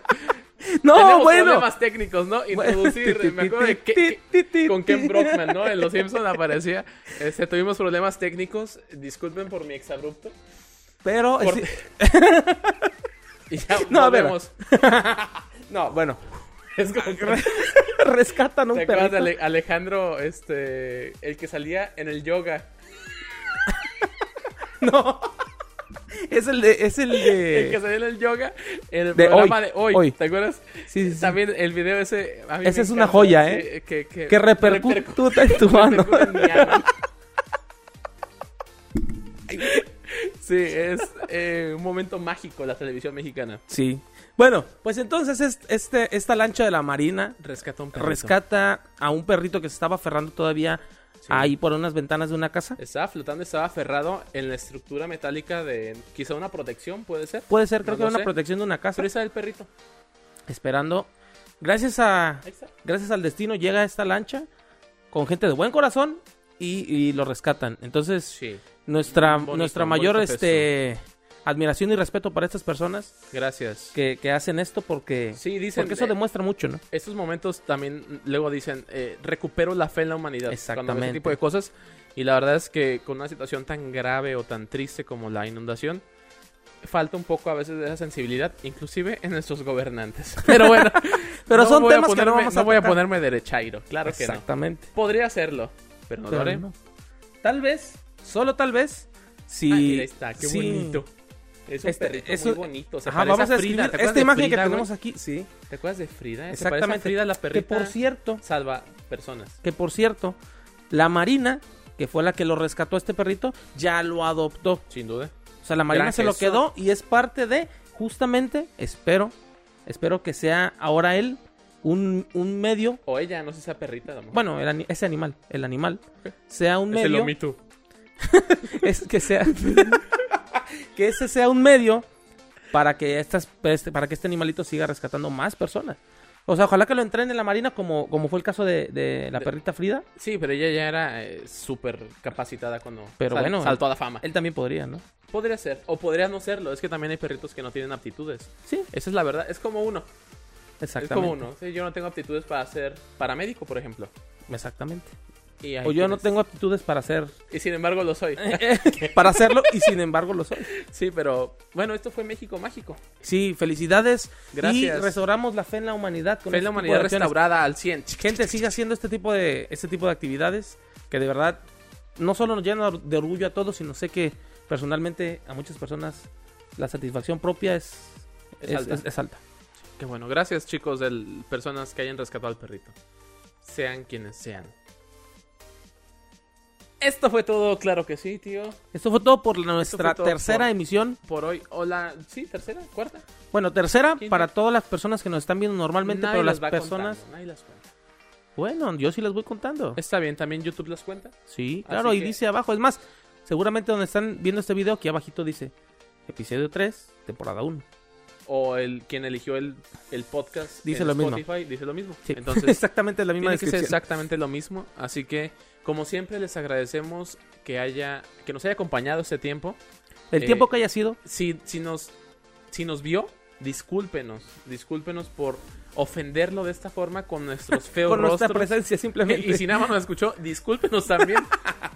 [SPEAKER 1] No,
[SPEAKER 2] Tenemos
[SPEAKER 1] Oh, bueno.
[SPEAKER 2] problemas técnicos, ¿no?
[SPEAKER 1] Bueno,
[SPEAKER 2] Introducir,
[SPEAKER 1] ti,
[SPEAKER 2] me
[SPEAKER 1] ti,
[SPEAKER 2] acuerdo de
[SPEAKER 1] ti,
[SPEAKER 2] que,
[SPEAKER 1] ti, ti,
[SPEAKER 2] con
[SPEAKER 1] ti.
[SPEAKER 2] Ken Brockman, ¿no? En Los Simpsons aparecía. Este, tuvimos problemas técnicos. Disculpen por mi exabrupto.
[SPEAKER 1] Pero...
[SPEAKER 2] Por-
[SPEAKER 1] sí-
[SPEAKER 2] Y ya
[SPEAKER 1] No, a ver.
[SPEAKER 2] volvemos.
[SPEAKER 1] No, bueno.
[SPEAKER 2] Es como
[SPEAKER 1] Rescatan un
[SPEAKER 2] ¿Te acuerdas de
[SPEAKER 1] perrito.
[SPEAKER 2] Ale- Alejandro, este, el que salía en el yoga?
[SPEAKER 1] No. Es el de... Es el
[SPEAKER 2] El que
[SPEAKER 1] de...
[SPEAKER 2] salía en el yoga en el
[SPEAKER 1] De
[SPEAKER 2] programa
[SPEAKER 1] hoy,
[SPEAKER 2] de hoy,
[SPEAKER 1] hoy.
[SPEAKER 2] ¿Te acuerdas?
[SPEAKER 1] Sí, sí, sí.
[SPEAKER 2] También el video ese. a mí
[SPEAKER 1] Ese
[SPEAKER 2] me
[SPEAKER 1] es una
[SPEAKER 2] encanta,
[SPEAKER 1] joya, ¿eh?
[SPEAKER 2] sí, Que, que,
[SPEAKER 1] Que repercuta en tu mano.
[SPEAKER 2] repercuta en mi alma. Sí, es eh, un momento mágico la televisión mexicana.
[SPEAKER 1] Sí. Bueno, pues entonces es- este, esta lancha de la marina
[SPEAKER 2] Rescata un perrito.
[SPEAKER 1] rescata a un perrito que se estaba aferrando todavía
[SPEAKER 2] Sí.
[SPEAKER 1] ahí por unas ventanas de una casa.
[SPEAKER 2] Estaba flotando, estaba aferrado en la estructura metálica de quizá una protección, puede ser.
[SPEAKER 1] Puede ser, creo
[SPEAKER 2] No
[SPEAKER 1] que
[SPEAKER 2] lo
[SPEAKER 1] era una
[SPEAKER 2] sé.
[SPEAKER 1] protección de una casa.
[SPEAKER 2] Pero esa del perrito.
[SPEAKER 1] Esperando. Gracias a.
[SPEAKER 2] Ahí está.
[SPEAKER 1] Gracias al destino llega esta lancha con gente de buen corazón y, y lo rescatan. Entonces,
[SPEAKER 2] Sí.
[SPEAKER 1] nuestra,
[SPEAKER 2] Bonito,
[SPEAKER 1] nuestra
[SPEAKER 2] bonito
[SPEAKER 1] mayor
[SPEAKER 2] gesto.
[SPEAKER 1] este, admiración y respeto para estas personas
[SPEAKER 2] Gracias.
[SPEAKER 1] que, que hacen esto porque,
[SPEAKER 2] Sí, dicen.
[SPEAKER 1] porque eso
[SPEAKER 2] eh,
[SPEAKER 1] demuestra mucho, ¿no?
[SPEAKER 2] Estos momentos también mm, luego dicen, eh, recupero la fe en la humanidad. Cuando veo ese
[SPEAKER 1] Exactamente.
[SPEAKER 2] tipo de cosas. Y la verdad es que con una situación tan grave o tan triste como la inundación, falta un poco a veces de esa sensibilidad, inclusive en nuestros gobernantes. Pero bueno,
[SPEAKER 1] Pero
[SPEAKER 2] no
[SPEAKER 1] son
[SPEAKER 2] voy a
[SPEAKER 1] temas que no
[SPEAKER 2] ponerme-
[SPEAKER 1] vamos a
[SPEAKER 2] No voy a
[SPEAKER 1] tocar.
[SPEAKER 2] ponerme derechairo, claro que no.
[SPEAKER 1] Exactamente.
[SPEAKER 2] Podría hacerlo, pero no lo
[SPEAKER 1] Pero
[SPEAKER 2] haré.
[SPEAKER 1] no. Tal vez, solo tal vez, si...
[SPEAKER 2] Ah, mira, ahí está, qué
[SPEAKER 1] si-
[SPEAKER 2] bonito. Es un
[SPEAKER 1] Este,
[SPEAKER 2] perrito
[SPEAKER 1] es
[SPEAKER 2] muy
[SPEAKER 1] un-
[SPEAKER 2] bonito. se
[SPEAKER 1] Ajá,
[SPEAKER 2] parece
[SPEAKER 1] vamos a
[SPEAKER 2] Frida,
[SPEAKER 1] escribir
[SPEAKER 2] ¿te acuerdas
[SPEAKER 1] esta
[SPEAKER 2] de
[SPEAKER 1] imagen
[SPEAKER 2] Frida,
[SPEAKER 1] que
[SPEAKER 2] güey?
[SPEAKER 1] tenemos aquí. Sí,
[SPEAKER 2] ¿Te acuerdas de Frida? Se parece a
[SPEAKER 1] exactamente.
[SPEAKER 2] Frida, la
[SPEAKER 1] que
[SPEAKER 2] perrita
[SPEAKER 1] por cierto,
[SPEAKER 2] salva personas.
[SPEAKER 1] que por cierto, la Marina, que fue la que lo rescató a este perrito, ya lo adoptó.
[SPEAKER 2] Sin duda.
[SPEAKER 1] O sea, la Marina
[SPEAKER 2] Gran
[SPEAKER 1] se lo
[SPEAKER 2] gesto.
[SPEAKER 1] quedó y es parte de, justamente, espero, espero que sea ahora él un, un medio,
[SPEAKER 2] O ella, no sé si sea perrita. a lo mejor.
[SPEAKER 1] bueno, el ani- ese animal, el animal,
[SPEAKER 2] Ok.
[SPEAKER 1] sea un
[SPEAKER 2] Es el
[SPEAKER 1] medio...
[SPEAKER 2] Omitu.
[SPEAKER 1] es que sea que ese sea un medio para que estas este- para que este animalito siga rescatando más personas o sea ojalá que lo entrenen en la marina como como fue el caso de, de la
[SPEAKER 2] De-
[SPEAKER 1] perrita Frida
[SPEAKER 2] Sí, pero ella ya era eh, súper capacitada cuando
[SPEAKER 1] Pero bueno,
[SPEAKER 2] saltó a la fama.
[SPEAKER 1] él también podría no
[SPEAKER 2] Podría ser, o podría no serlo. Es que también hay perritos que no tienen aptitudes.
[SPEAKER 1] sí
[SPEAKER 2] Esa es la verdad. Es como uno. Es
[SPEAKER 1] exactamente
[SPEAKER 2] como uno. Sí, yo no tengo aptitudes para ser paramédico, por ejemplo.
[SPEAKER 1] exactamente
[SPEAKER 2] Y hay
[SPEAKER 1] o yo no
[SPEAKER 2] quienes-
[SPEAKER 1] tengo aptitudes para hacer
[SPEAKER 2] Y sin embargo lo soy.
[SPEAKER 1] para hacerlo y sin embargo lo soy
[SPEAKER 2] sí, pero bueno, esto fue México Mágico.
[SPEAKER 1] sí felicidades
[SPEAKER 2] Gracias.
[SPEAKER 1] y restauramos la fe en la humanidad con
[SPEAKER 2] Fue la
[SPEAKER 1] este tipo de
[SPEAKER 2] humanidad
[SPEAKER 1] acciones.
[SPEAKER 2] restaurada al 100.
[SPEAKER 1] gente siga haciendo este tipo de este tipo de actividades que de verdad no solo nos llena de orgullo a todos sino sé que personalmente a muchas personas la satisfacción propia es
[SPEAKER 2] Es
[SPEAKER 1] es,
[SPEAKER 2] alta.
[SPEAKER 1] es- es alta.
[SPEAKER 2] Qué bueno. Gracias, chicos, del personas que hayan rescatado al perrito. Sean quienes sean. Esto fue todo, claro que sí, tío.
[SPEAKER 1] esto fue todo por
[SPEAKER 2] Esto
[SPEAKER 1] nuestra
[SPEAKER 2] fue todo
[SPEAKER 1] tercera
[SPEAKER 2] por-
[SPEAKER 1] emisión
[SPEAKER 2] por hoy. Hola, sí, tercera, cuarta.
[SPEAKER 1] bueno tercera
[SPEAKER 2] Quinta.
[SPEAKER 1] para todas las personas que nos están viendo normalmente
[SPEAKER 2] Nadie
[SPEAKER 1] pero las
[SPEAKER 2] va
[SPEAKER 1] personas
[SPEAKER 2] contando, nadie las cuenta.
[SPEAKER 1] Bueno, yo sí les voy contando.
[SPEAKER 2] Está bien, también YouTube las cuenta.
[SPEAKER 1] Sí, claro,
[SPEAKER 2] Así
[SPEAKER 1] y
[SPEAKER 2] que-
[SPEAKER 1] dice abajo. Es más, seguramente donde están viendo este video, aquí abajito dice episodio 3, temporada 1.
[SPEAKER 2] O el quien eligió el, el podcast
[SPEAKER 1] Dice
[SPEAKER 2] en
[SPEAKER 1] lo mismo.
[SPEAKER 2] Spotify dice lo mismo.
[SPEAKER 1] Sí,
[SPEAKER 2] Entonces,
[SPEAKER 1] exactamente la misma
[SPEAKER 2] tiene que ser
[SPEAKER 1] descripción.
[SPEAKER 2] exactamente lo mismo. Así que, como siempre, les agradecemos que haya, que nos haya acompañado este tiempo.
[SPEAKER 1] El
[SPEAKER 2] eh,
[SPEAKER 1] tiempo que haya sido,
[SPEAKER 2] Si, si nos, si nos vio, discúlpenos, discúlpenos por ofenderlo de esta forma con nuestros feos
[SPEAKER 1] con nuestra
[SPEAKER 2] rostros.
[SPEAKER 1] presencia simplemente.
[SPEAKER 2] Y si nada más nos escuchó, discúlpenos también.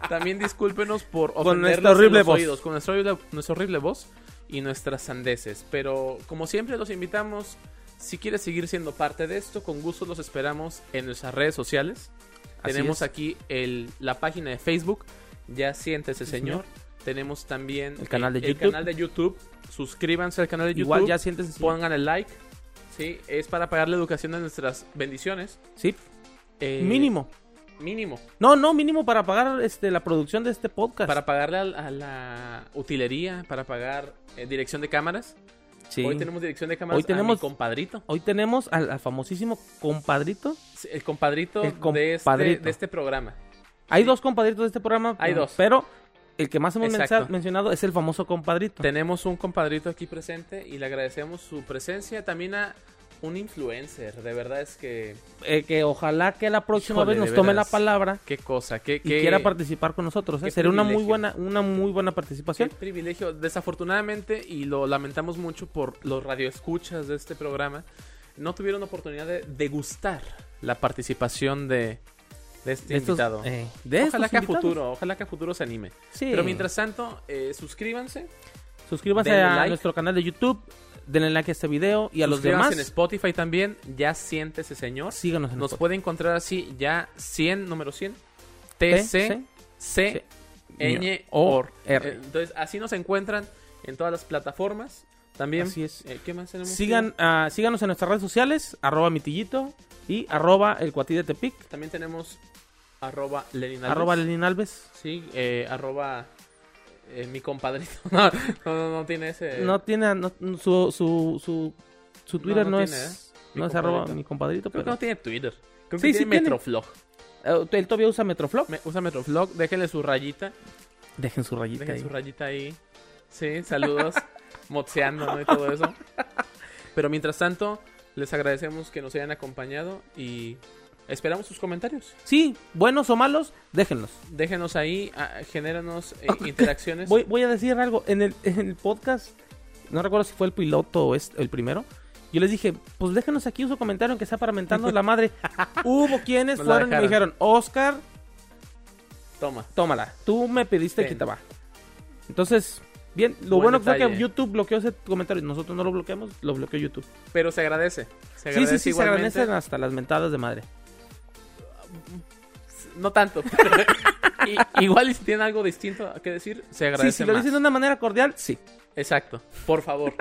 [SPEAKER 2] también discúlpenos por ofenderlos
[SPEAKER 1] nuestra horrible
[SPEAKER 2] en los
[SPEAKER 1] voz.
[SPEAKER 2] oídos, con nuestra horrible, nuestra horrible voz y nuestras sandeces. Pero como siempre los invitamos, si quieres seguir siendo parte de esto, con gusto los esperamos en nuestras redes sociales.
[SPEAKER 1] Así
[SPEAKER 2] Tenemos
[SPEAKER 1] es.
[SPEAKER 2] aquí el, la página de Facebook, ya siéntese señor. Tenemos también
[SPEAKER 1] El canal de
[SPEAKER 2] el
[SPEAKER 1] YouTube.
[SPEAKER 2] canal de YouTube. Suscríbanse al canal de YouTube.
[SPEAKER 1] Igual ya sientes.
[SPEAKER 2] Pongan el like. Sí, es para pagar la educación de nuestras bendiciones.
[SPEAKER 1] Sí,
[SPEAKER 2] Eh,
[SPEAKER 1] mínimo.
[SPEAKER 2] Mínimo.
[SPEAKER 1] No, no, mínimo para pagar este, la producción de este podcast.
[SPEAKER 2] Para pagarle al- a, la utilería, para pagar eh, dirección de cámaras.
[SPEAKER 1] Sí.
[SPEAKER 2] Hoy tenemos dirección de cámaras
[SPEAKER 1] Hoy tenemos-
[SPEAKER 2] a mi compadrito.
[SPEAKER 1] Hoy tenemos al, al famosísimo compadrito.
[SPEAKER 2] Sí, El compadrito,
[SPEAKER 1] El
[SPEAKER 2] De, este,
[SPEAKER 1] compadrito.
[SPEAKER 2] de este programa.
[SPEAKER 1] Hay dos compadritos de este programa.
[SPEAKER 2] Hay dos.
[SPEAKER 1] Pero el que más hemos
[SPEAKER 2] Exacto.
[SPEAKER 1] mensa- mencionado es el famoso compadrito.
[SPEAKER 2] Tenemos un compadrito aquí presente y le agradecemos su presencia. También a un influencer. De verdad es que...
[SPEAKER 1] Eh, que ojalá que la próxima
[SPEAKER 2] Híjole,
[SPEAKER 1] vez
[SPEAKER 2] de
[SPEAKER 1] nos tome la
[SPEAKER 2] veras.
[SPEAKER 1] palabra
[SPEAKER 2] Qué cosa, qué...
[SPEAKER 1] y
[SPEAKER 2] qué-
[SPEAKER 1] quiera participar con nosotros. ¿eh?
[SPEAKER 2] qué
[SPEAKER 1] Sería una muy
[SPEAKER 2] privilegio.
[SPEAKER 1] buena, una muy buena
[SPEAKER 2] Qué
[SPEAKER 1] participación.
[SPEAKER 2] privilegio, desafortunadamente, y lo lamentamos mucho por los radioescuchas de este programa, no tuvieron oportunidad de degustar la participación de, de este
[SPEAKER 1] De estos-
[SPEAKER 2] invitado.
[SPEAKER 1] eh, de
[SPEAKER 2] ojalá
[SPEAKER 1] estos
[SPEAKER 2] que a
[SPEAKER 1] invitados.
[SPEAKER 2] futuro, ojalá que a futuro se anime.
[SPEAKER 1] Sí.
[SPEAKER 2] Pero mientras tanto, eh, suscríbanse
[SPEAKER 1] suscríbanse
[SPEAKER 2] denle
[SPEAKER 1] a
[SPEAKER 2] like.
[SPEAKER 1] nuestro canal de YouTube, denle like a este video y a los
[SPEAKER 2] suscríbanse
[SPEAKER 1] demás.
[SPEAKER 2] en Spotify también, ya siéntese señor.
[SPEAKER 1] Síganos en
[SPEAKER 2] Nos
[SPEAKER 1] Spotify.
[SPEAKER 2] puede encontrar así ya 100, número 100,
[SPEAKER 1] T,
[SPEAKER 2] TC,
[SPEAKER 1] C,
[SPEAKER 2] C, Ñ,
[SPEAKER 1] O,
[SPEAKER 2] OR.
[SPEAKER 1] R.
[SPEAKER 2] Eh, Entonces, así nos encuentran en todas las plataformas. También,
[SPEAKER 1] Así es.
[SPEAKER 2] eh, ¿qué más tenemos?
[SPEAKER 1] Sigan, ah, síganos en nuestras redes sociales, arroba mitillito y arroba el cuatí de Tepic,
[SPEAKER 2] También tenemos arroba Lenin Alves.
[SPEAKER 1] arroba Lenin Alves.
[SPEAKER 2] Sí, eh, arroba eh, mi compadrito. No, no, no, no tiene ese.
[SPEAKER 1] no tiene, no- su, su, su, su
[SPEAKER 2] Eh. No,
[SPEAKER 1] Twitter
[SPEAKER 2] no
[SPEAKER 1] no,
[SPEAKER 2] tiene,
[SPEAKER 1] es,
[SPEAKER 2] ¿eh? Mi
[SPEAKER 1] no es arroba
[SPEAKER 2] compadrito.
[SPEAKER 1] mi compadrito,
[SPEAKER 2] creo que
[SPEAKER 1] pero
[SPEAKER 2] no tiene Twitter. Creo
[SPEAKER 1] Sí,
[SPEAKER 2] que
[SPEAKER 1] sí
[SPEAKER 2] tiene
[SPEAKER 1] tiene.
[SPEAKER 2] Metroflog.
[SPEAKER 1] Eh, él todavía usa Metroflog.
[SPEAKER 2] Me- usa Metroflog, déjenle su rayita.
[SPEAKER 1] Dejen su rayita
[SPEAKER 2] Dejen
[SPEAKER 1] ahí.
[SPEAKER 2] su rayita ahí. Sí, saludos. moteando ¿no? y todo eso. Pero mientras tanto, les agradecemos que nos hayan acompañado y esperamos sus comentarios.
[SPEAKER 1] Sí, buenos o malos, déjenlos.
[SPEAKER 2] Déjenos ahí, ah, genéranos eh, interacciones.
[SPEAKER 1] Voy, voy a decir algo. En el, en el podcast, no recuerdo si fue el piloto o es el primero. Yo les dije, pues déjenos aquí su comentario que está paramentando la madre. Hubo quienes
[SPEAKER 2] Nos la
[SPEAKER 1] fueron y me
[SPEAKER 2] dejaron.
[SPEAKER 1] dijeron, Oscar,
[SPEAKER 2] Toma.
[SPEAKER 1] tómala. Tú me pediste
[SPEAKER 2] Ten.
[SPEAKER 1] que te va. Entonces, bien, lo
[SPEAKER 2] Buen
[SPEAKER 1] bueno fue
[SPEAKER 2] detalle.
[SPEAKER 1] que YouTube bloqueó ese comentario. Nosotros no lo bloqueamos, lo bloqueó YouTube.
[SPEAKER 2] Pero se agradece. Se
[SPEAKER 1] Sí,
[SPEAKER 2] agradece
[SPEAKER 1] sí, sí, se
[SPEAKER 2] igualmente.
[SPEAKER 1] agradecen hasta las mentadas de madre.
[SPEAKER 2] No tanto. pero- i- igual y si tienen algo distinto que decir, se
[SPEAKER 1] Sí,
[SPEAKER 2] agradece
[SPEAKER 1] si lo
[SPEAKER 2] más.
[SPEAKER 1] dicen de una manera cordial, sí.
[SPEAKER 2] Exacto. Por favor.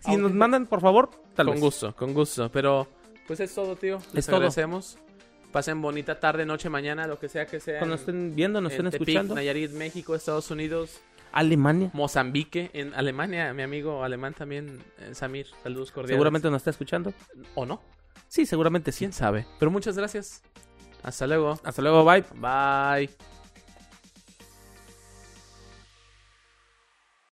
[SPEAKER 1] Si
[SPEAKER 2] Aunque-
[SPEAKER 1] nos mandan, por favor, tal
[SPEAKER 2] con
[SPEAKER 1] vez.
[SPEAKER 2] gusto, con gusto. Pero pues es todo, tío. Les
[SPEAKER 1] Es todo.
[SPEAKER 2] agradecemos. Pasen bonita tarde, noche, mañana, lo que sea que sea.
[SPEAKER 1] Cuando
[SPEAKER 2] en-
[SPEAKER 1] estén viendo, nos
[SPEAKER 2] en
[SPEAKER 1] estén
[SPEAKER 2] Tepic,
[SPEAKER 1] escuchando.
[SPEAKER 2] Nayarit, México, Estados Unidos,
[SPEAKER 1] Alemania.
[SPEAKER 2] Mozambique, en Alemania, mi amigo alemán también, eh, Samir. Saludos cordiales.
[SPEAKER 1] Seguramente nos está escuchando.
[SPEAKER 2] O no,
[SPEAKER 1] Sí, seguramente sí.
[SPEAKER 2] quién sabe. Pero muchas gracias. Hasta luego.
[SPEAKER 1] Hasta luego, bye.
[SPEAKER 2] Bye.